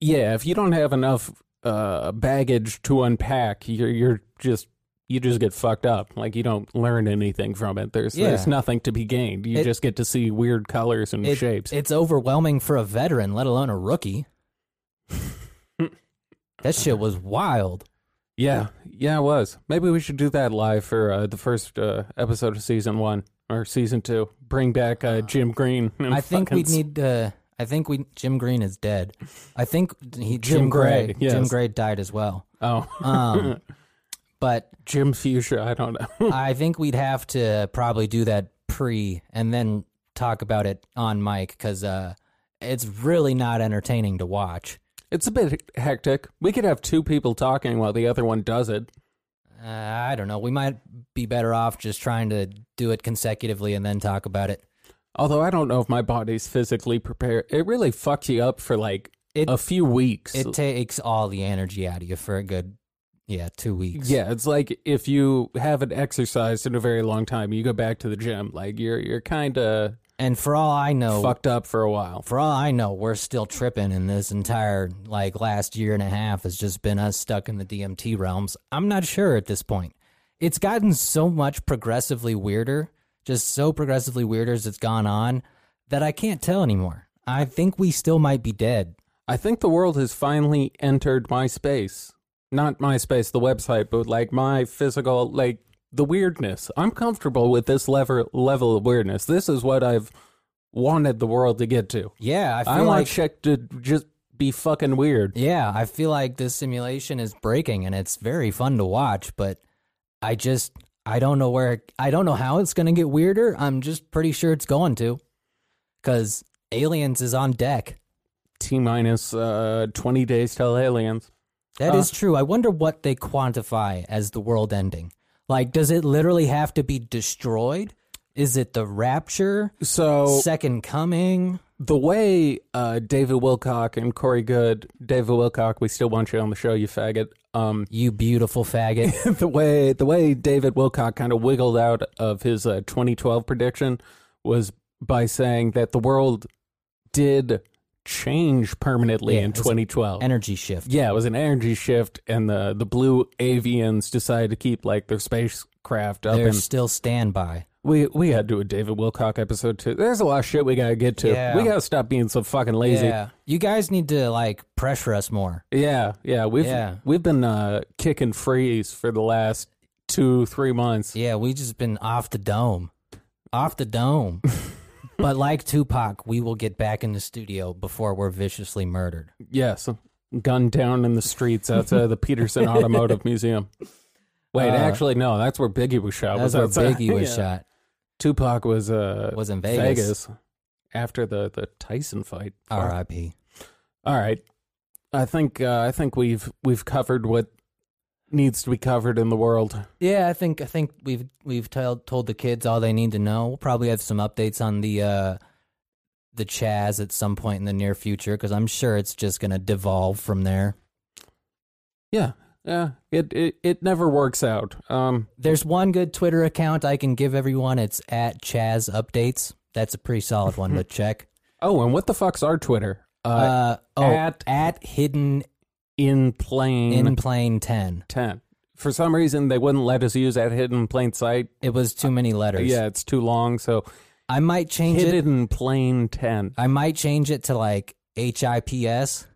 Speaker 3: yeah, if you don't have enough uh, baggage to unpack, you're, you're just you just get fucked up. Like you don't learn anything from it. There's
Speaker 2: Yeah.
Speaker 3: there's nothing to be gained. You
Speaker 2: It-
Speaker 3: just get to see weird colors and
Speaker 2: It-
Speaker 3: shapes.
Speaker 2: It's overwhelming for a veteran, let alone a
Speaker 3: [laughs]
Speaker 2: rookie. that shit was wild.
Speaker 3: yeah, yeah, it was. Maybe we should do that live for uh, the first uh, episode of season one or season two. Bring back uh, Jim Green. And
Speaker 2: I think
Speaker 3: fucking
Speaker 2: we need. Uh, I think we. Jim Green is dead. I think he, Jim,
Speaker 3: Jim
Speaker 2: Gray.
Speaker 3: Gray,
Speaker 2: Jim
Speaker 3: yes.
Speaker 2: Gray died as well.
Speaker 3: Oh,
Speaker 2: Um, but
Speaker 3: [laughs] Jim Fuchsia. I don't know. [laughs]
Speaker 2: I think we'd have to probably do that pre and then talk about it on mic because uh, it's really not entertaining to watch.
Speaker 3: It's a bit hectic. We could have two people talking while the other one does it.
Speaker 2: Uh, I don't know. We might be better off just trying to do it consecutively and then talk about it.
Speaker 3: Although I don't know if my body's physically prepared. It really fucks you up for like
Speaker 2: It-
Speaker 3: a few weeks.
Speaker 2: It takes all the energy out of you for a good, yeah, two weeks.
Speaker 3: yeah, it's like if you haven't exercised in a very long time, you go back to the gym, like you're you're kind of
Speaker 2: And for all I know,
Speaker 3: fucked up for a while.
Speaker 2: for all I know, we're still tripping, and this entire like last year and a half has just been us stuck in the DMT realms. I'm not sure at this point. It's gotten so much progressively weirder, just so progressively weirder as it's gone on, that I can't tell anymore. I think we still might be dead.
Speaker 3: I think the world has finally entered my space. Not my space, the website, but like my physical, like the weirdness. I'm comfortable with this level level of weirdness. This is what I've wanted the world to get to.
Speaker 2: Yeah, I feel
Speaker 3: I, want
Speaker 2: like
Speaker 3: shit to just be fucking weird.
Speaker 2: yeah, I feel like this simulation is breaking, and it's very fun to watch. But I just I don't know where I don't know how it's gonna get weirder. I'm just pretty sure it's going to, because aliens is on deck.
Speaker 3: T minus uh, 20 days till aliens.
Speaker 2: That is
Speaker 3: Uh,
Speaker 2: true. I wonder what they quantify as the world ending. Like, does it literally have to be destroyed? Is it the rapture?
Speaker 3: So
Speaker 2: Second coming?
Speaker 3: the way uh, David Wilcock and Corey Good, David Wilcock, we still want you on the show, you faggot. Um, [laughs]
Speaker 2: You beautiful faggot.
Speaker 3: the way the way David Wilcock kind of wiggled out of his uh, 2012 prediction was by saying that the world did change permanently
Speaker 2: Yeah,
Speaker 3: in
Speaker 2: it's an
Speaker 3: 2012.
Speaker 2: Energy shift.
Speaker 3: Yeah, it was an energy shift, and the the blue avians decided to keep like their spacecraft up.
Speaker 2: They're
Speaker 3: And
Speaker 2: still standby.
Speaker 3: we we had to do a David Wilcock episode too. There's a lot of shit we gotta get to.
Speaker 2: Yeah.
Speaker 3: We gotta stop being so fucking lazy.
Speaker 2: Yeah. You guys need to, like, pressure us more.
Speaker 3: yeah, yeah, We've
Speaker 2: Yeah.
Speaker 3: we've been uh, kicking freeze for the last two three months.
Speaker 2: Yeah, we just been off the dome. Off the dome.
Speaker 3: [laughs]
Speaker 2: but like Tupac, we will get back in the studio before we're viciously murdered.
Speaker 3: Yes, gunned down in the streets outside
Speaker 2: [laughs]
Speaker 3: the Peterson Automotive Museum. Wait,
Speaker 2: Uh,
Speaker 3: actually, no, that's where Biggie was shot.
Speaker 2: That's
Speaker 3: was
Speaker 2: where
Speaker 3: outside.
Speaker 2: Biggie was
Speaker 3: Yeah.
Speaker 2: shot.
Speaker 3: Tupac was uh
Speaker 2: Was in Vegas.
Speaker 3: after the the Tyson fight.
Speaker 2: R.I.P.
Speaker 3: All right. I think uh, I think we've we've covered what needs to be covered in the world.
Speaker 2: Yeah, I think I think we've we've told told the kids all they need to know. We'll probably have some updates on the uh, the Chaz at some point in the near future because I'm sure it's just gonna devolve from there.
Speaker 3: Yeah. Yeah. It it, it never works out. Um
Speaker 2: There's one good Twitter account I can give everyone. It's at Chaz Updates. That's a pretty solid one
Speaker 3: [laughs]
Speaker 2: to check.
Speaker 3: oh, and what the fuck's our Twitter? Uh,
Speaker 2: Uh, oh, at,
Speaker 3: at-
Speaker 2: Hidden
Speaker 3: in plain
Speaker 2: in Plain Ten.
Speaker 3: 10. For some reason they wouldn't let us use that hidden plain sight.
Speaker 2: It was too many letters.
Speaker 3: Yeah, it's too long, so
Speaker 2: I might change it.
Speaker 3: hidden plain 10.
Speaker 2: I might change it to like H I P S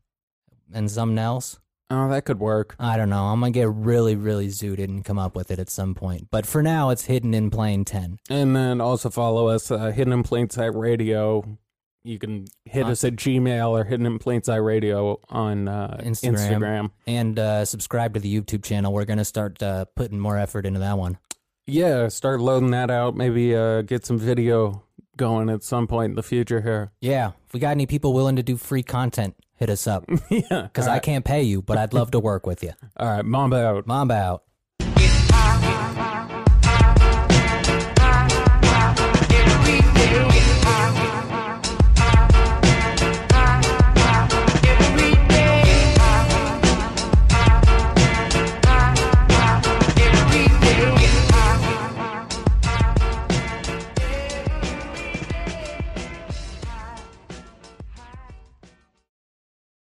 Speaker 2: and something else.
Speaker 3: Oh, that could work.
Speaker 2: I don't know. I'm gonna get really, really zooted and come up with it at some point. But for now, it's hidden in plain ten.
Speaker 3: And then also follow us uh, Hidden in Plain Sight Radio. You can hit us at Gmail or Hidden in Plain Sight Radio on uh,
Speaker 2: Instagram.
Speaker 3: Instagram.
Speaker 2: And uh, subscribe to the YouTube channel. We're gonna start uh, putting more effort into that one.
Speaker 3: Yeah, start loading that out. Maybe uh, get some video going at some point in the future here. [laughs]
Speaker 2: Yeah. If we got any people willing to do free content, hit us
Speaker 3: [laughs]
Speaker 2: up.
Speaker 3: yeah.
Speaker 2: Because I can't pay you, but I'd love to work with you.
Speaker 3: All right, mom out.
Speaker 2: Mamba out.
Speaker 4: It's alright. Bye.